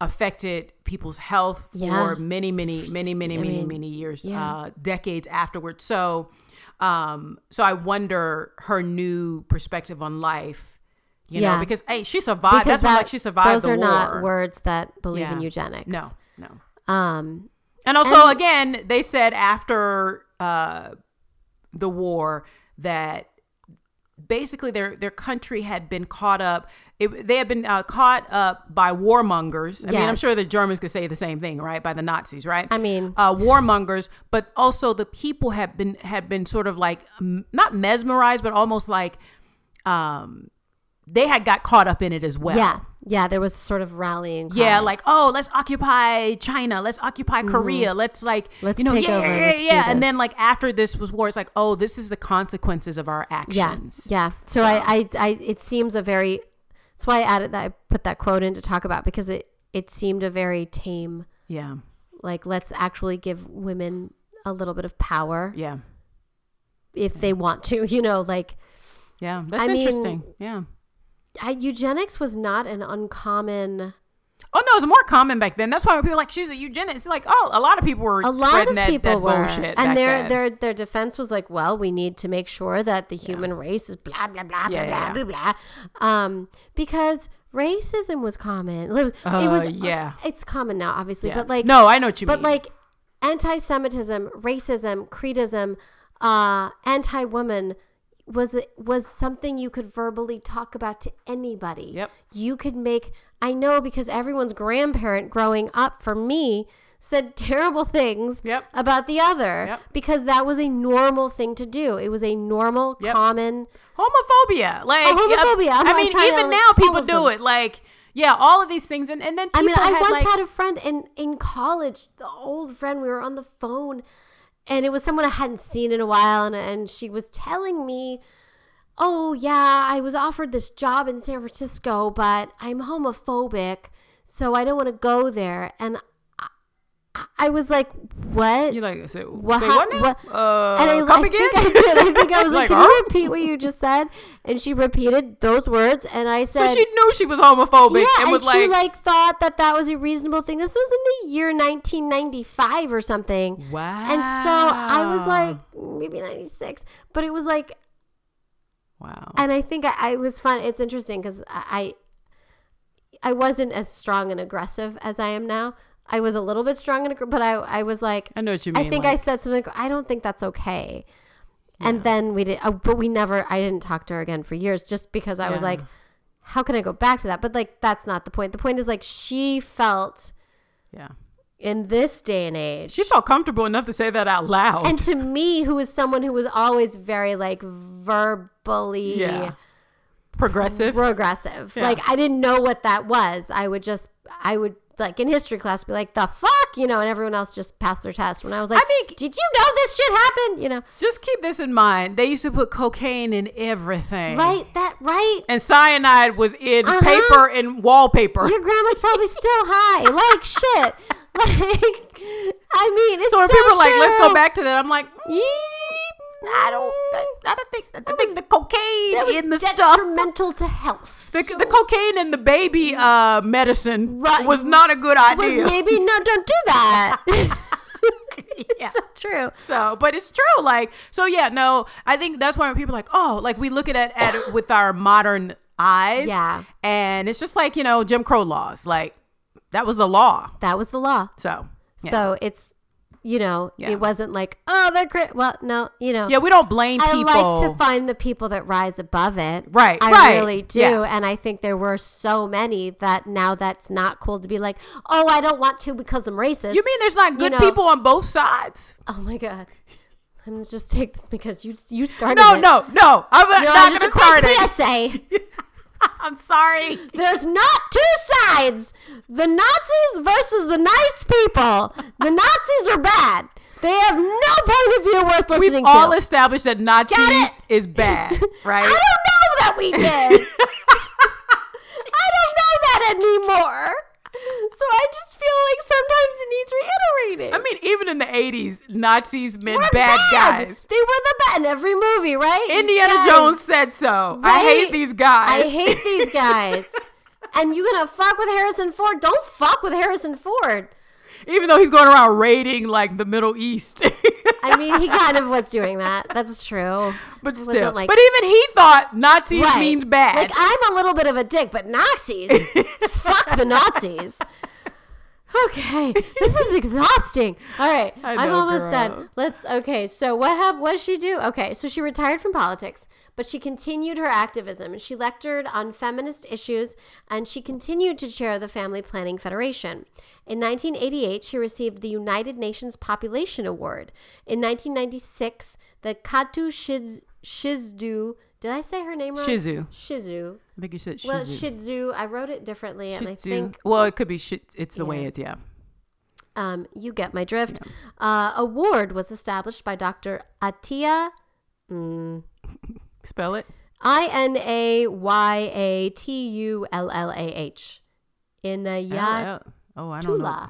S1: affected people's health for
S2: Yeah.
S1: many, many, many, many,
S2: I
S1: many,
S2: mean,
S1: many years,
S2: yeah.
S1: uh, decades afterwards. So, um, so I wonder her new perspective on life. You know,
S2: Yeah.
S1: because hey, she survived. Uh, That's why
S2: that-
S1: like she survived
S2: Those
S1: the
S2: are
S1: war.
S2: not words that believe in
S1: Yeah.
S2: eugenics.
S1: No, no.
S2: Um.
S1: And also,
S2: And-
S1: again, they said after uh, the war that basically their their country had been caught up. It, they had been uh, caught up by warmongers. I mean, I'm
S2: Yes.
S1: sure the Germans could say the same thing, right? By the Nazis, right?
S2: I mean-
S1: uh, warmongers, but also the people had been had been sort of like m- not mesmerized, but almost like um, they had got caught up in it as well.
S2: yeah. Yeah. There was sort of rallying. Cry.
S1: Yeah, like oh, let's occupy China, let's occupy Korea, let's like
S2: Mm-hmm. Let's
S1: you know
S2: take
S1: yeah
S2: over,
S1: yeah
S2: let's do
S1: yeah, and
S2: this.
S1: then like after this was war, it's like oh, this is the consequences of our
S2: Yeah,
S1: actions.
S2: yeah. So, I, I, I, it seems a very. That's why I added that. I put that quote in to talk about because it, it seemed a very tame.
S1: yeah,
S2: Like, let's actually give women a little bit of power
S1: yeah,
S2: if they want to. You know, like
S1: yeah. That's
S2: I mean-
S1: interesting. Yeah.
S2: I, eugenics was not an uncommon.
S1: Oh no, it's more common back then. That's why when people are like she's a eugenist. It's like oh, a lot of people were
S2: A lot
S1: spreading
S2: of
S1: that,
S2: people
S1: that
S2: were,
S1: bullshit. back
S2: and their
S1: then.
S2: their their defense was like, "Well, we need to make sure that the human race is blah blah blah
S1: Yeah,
S2: blah
S1: yeah,
S2: blah blah blah," um, because racism was common. It was, it
S1: Uh,
S2: was
S1: yeah.
S2: it's common now, obviously,
S1: Yeah.
S2: but like
S1: no, I know what you
S2: but
S1: mean.
S2: like anti-semitism racism creedism uh, anti-woman was was something you could verbally talk about to anybody
S1: Yep.
S2: you could make i know because everyone's grandparent growing up for me said terrible things
S1: Yep.
S2: about the other
S1: Yep.
S2: because that was a normal thing to do it was a normal
S1: Yep.
S2: common
S1: homophobia, like
S2: Oh, homophobia.
S1: yeah,
S2: I'm
S1: I
S2: not
S1: mean,
S2: trying to,
S1: even
S2: like,
S1: now people
S2: all of
S1: do
S2: them.
S1: it. Like yeah, all of these things, and and then people
S2: I mean, I
S1: had,
S2: once
S1: like,
S2: had a friend in in college, the old friend. We were on the phone, and it was someone I hadn't seen in a while, and and she was telling me, "Oh yeah, I was offered this job in San Francisco, but I'm homophobic, so I don't want to go there." And I, I- I was like, what?
S1: You're like, say,
S2: What
S1: say
S2: hap-
S1: what now?
S2: what-
S1: Uh,
S2: and I,
S1: come
S2: I
S1: again?
S2: think I did. I think I was like,
S1: Like,
S2: can
S1: huh?
S2: you repeat what you just said? And she repeated those words, and I
S1: so
S2: said,
S1: she knew she was homophobic
S2: yeah,
S1: and
S2: and
S1: was
S2: she
S1: like,
S2: like thought that that was a reasonable thing. This was in the year 1995 or something.
S1: wow.
S2: And so I was like, maybe 96, but it was like,
S1: wow.
S2: and I think I, I was fun. It's interesting because I, I, I wasn't as strong and aggressive as I am now. I was a little bit strong and, aggr- but I, I was like,
S1: I know what you mean.
S2: I think I
S1: like,
S2: said something. like, I don't think that's okay. And then we did, oh, but we never. I didn't talk to her again for years, just because I was
S1: Yeah.
S2: like, how can I go back to that? But like, that's not the point. The point is like she felt
S1: yeah.
S2: in this day and age.
S1: She felt comfortable enough to say that out loud.
S2: and to me, who was someone who was always very like verbally
S1: yeah. Progressive.
S2: progressive.
S1: Yeah.
S2: Like I didn't know what that was. I would just, I would like in history class be like, the fuck, you know, and everyone else just passed their test. When I was like,
S1: I think-
S2: did you know this shit happened? You know,
S1: Just keep this in mind. They used to put cocaine in everything.
S2: right? That right?
S1: And cyanide was in
S2: Uh-huh.
S1: paper and wallpaper.
S2: Your grandma's probably still high. Like shit. Like I mean, it's
S1: so
S2: so,
S1: when people are like, let's go
S2: true."
S1: back to that, I'm like, mm,
S2: Yee-
S1: I don't, I, I don't think, I think the cocaine
S2: That was
S1: in the stuff,
S2: detrimental to health.
S1: the, the cocaine and the baby uh, medicine
S2: Right.
S1: was not a good
S2: was
S1: idea.
S2: maybe no, don't do that.
S1: Yeah.
S2: It's so true.
S1: So, but it's true. Like, so yeah, no, I think that's why when people are like, oh, like we look at it, at it with our modern eyes.
S2: Yeah.
S1: And it's just like, you know, Jim Crow laws. Like, that was the law.
S2: That was the law.
S1: So, yeah.
S2: So it's, you know,
S1: Yeah.
S2: it wasn't like oh they're crit. Well, no, you know.
S1: yeah, we don't blame
S2: I
S1: people.
S2: like to find the people that rise above it.
S1: Right,
S2: I
S1: right,
S2: really do.
S1: yeah.
S2: And I think there were so many that now that's not cool to be like, oh, I don't want to because I'm racist.
S1: you mean there's not good
S2: know-
S1: people on both sides?
S2: Oh my god. I'm gonna just take this because you you started.
S1: No,
S2: it.
S1: no, no. I'm
S2: You know,
S1: not going
S2: just
S1: to
S2: a quick
S1: start it.
S2: PSA.
S1: I'm sorry.
S2: There's not two sides. The Nazis versus the nice people. The Nazis are bad. They have no point of view worth
S1: We've
S2: listening
S1: all
S2: to.
S1: established that Nazis
S2: it?
S1: is bad, right?
S2: I don't know that we did. I don't know that anymore. So I just feel like sometimes it needs reiterating.
S1: I mean, even in the 80s, Nazis meant
S2: We're
S1: bad,
S2: bad.
S1: guys.
S2: They were the bad in every movie, right?
S1: Indiana
S2: Guys.
S1: Jones said so. I hate
S2: Right?
S1: these guys.
S2: I hate these guys. and you gonna fuck with Harrison Ford? Don't fuck with Harrison Ford.
S1: Even though he's going around raiding like the Middle East.
S2: I mean, he kind of was doing that. That's true.
S1: but
S2: I wasn't
S1: still.
S2: like-
S1: but even he thought Nazis
S2: Right.
S1: means bad.
S2: Like I'm a little bit of a dick, but Nazis, fuck the Nazis. Okay, this is exhausting. All right,
S1: I
S2: I'm
S1: know, girl.
S2: almost done. Let's. Okay, so what hap- What did she do? Okay, so she retired from politics, but she continued her activism. She lectured on feminist issues, and she continued to chair the Family Planning Federation. In 1988, she received the United Nations Population Award. In 1996, the Katu Shiz- Shizdu. Did I say her name right?
S1: Shizu.
S2: Shizu.
S1: I think you said Shizu.
S2: Well, Shizu. I wrote it differently, and I
S1: Shizu.
S2: think
S1: well, it could be shit. It's the way it's, yeah.
S2: um, you get my drift. Uh, award was established by Dr. Atia
S1: Spell it.
S2: I N A Y A T U L L A H Inayatula,
S1: LL. Oh, I don't know.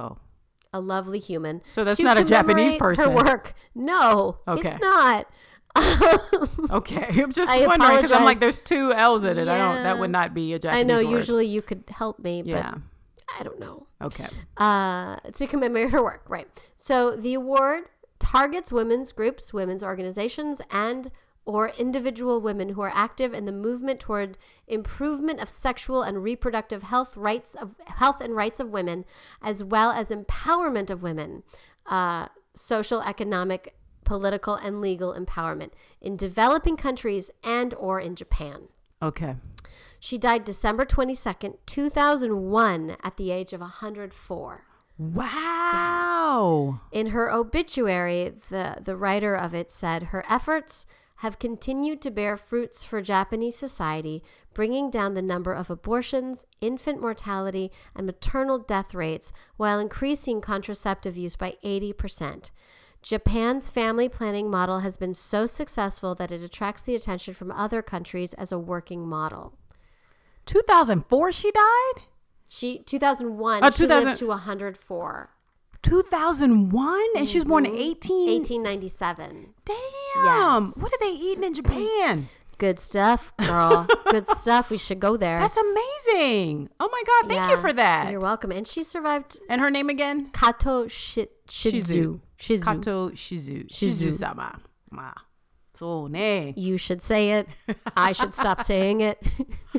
S1: Oh.
S2: a lovely human.
S1: So that's
S2: to
S1: not a Japanese
S2: commemorate
S1: person.
S2: Her work, no,
S1: Okay.
S2: it's not.
S1: Okay. I'm just
S2: I
S1: wondering because I'm like,
S2: apologize.
S1: there's two L's in it. I don't.
S2: Yeah.
S1: That would not be a Japanese
S2: I know.
S1: word.
S2: Usually, you could help me, but
S1: Yeah.
S2: I don't know.
S1: Okay.
S2: uh, to commemorate her work. Right. So the award targets women's groups, women's organizations, and or individual women who are active in the movement toward improvement of sexual and reproductive health rights of health and rights of women, as well as empowerment of women, uh, social, economic, political, and legal empowerment in developing countries and or in Japan.
S1: Okay.
S2: She died December 22nd, 2001 at the age of 104.
S1: Wow.
S2: In her obituary, the, the writer of it said her efforts have continued to bear fruits for Japanese society, bringing down the number of abortions, infant mortality, and maternal death rates while increasing contraceptive use by 80%. Japan's family planning model has been so successful that it attracts the attention from other countries as a working model.
S1: 2004. She died.
S2: She 2001.
S1: Oh,
S2: she lived
S1: 2000
S2: to 104.
S1: 2001 and she's born in 18
S2: 1897.
S1: damn
S2: Mm-hmm. Yes.
S1: what are they eating in japan
S2: Good stuff, girl. Good stuff. We should go there.
S1: that's amazing oh my god thank you
S2: Yeah.
S1: for that
S2: You're welcome. And she survived
S1: and her name again
S2: Kato shi- Shizu.
S1: Shizu.
S2: Shizu.
S1: kato shizu shizu
S2: Shizu.
S1: sama ma so ne
S2: You should say it. I should stop saying it.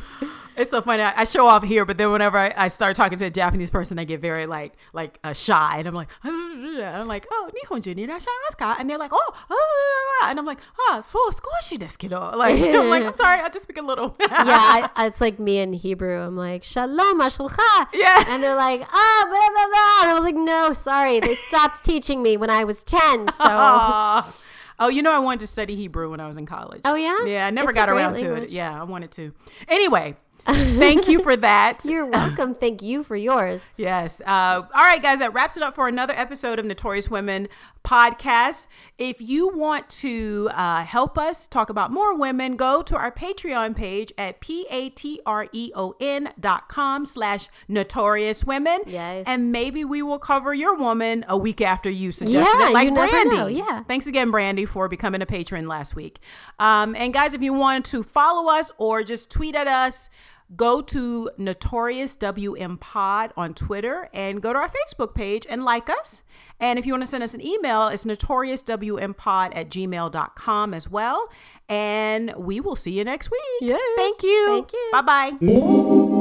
S1: It's so funny. I I show off here, but then whenever I, I start talking to a Japanese person, I get very like like uh, shy, and I'm like, I'm like, oh, Nihonjo ni irashaimasu ka? And they're like, oh, oh, and I'm like, ah, so skoshi desu kedo. Like, I'm like, I'm sorry, I just speak a little.
S2: yeah, I, it's like me in Hebrew. I'm like, Shalom, Ashulcha.
S1: Yeah.
S2: And they're like, ah, blah, blah, blah. And I was like, no, sorry. They stopped teaching me when I was 10. So, oh,
S1: Aw. Oh, you know, I wanted to study Hebrew when I was in college.
S2: yeah?
S1: Yeah, I never
S2: It's a
S1: got
S2: great
S1: around to it.
S2: language.
S1: Yeah, I wanted to. Anyway, thank you for that.
S2: You're welcome. Thank you for yours.
S1: Yes. Uh, all right, guys, that wraps it up for another episode of Notorious Women podcast. If you want to uh, help us talk about more women, go to our Patreon page at p-a-t-r-e-o-n E dot com slash notorious women.
S2: Yes.
S1: And maybe we will cover your woman a week after you suggested
S2: Yeah,
S1: it, like
S2: you never
S1: Brandy.
S2: know. Yeah.
S1: Thanks again, Brandy, for becoming a patron last week. Um, and guys, if you want to follow us or just tweet at us, go to Notorious WM Pod on Twitter and go to our Facebook page and like us. And if you want to send us an email, it's notoriouswmpod at gmail.com as well. And we will see you next week.
S2: Yes.
S1: Thank you.
S2: Thank you.
S1: Bye bye.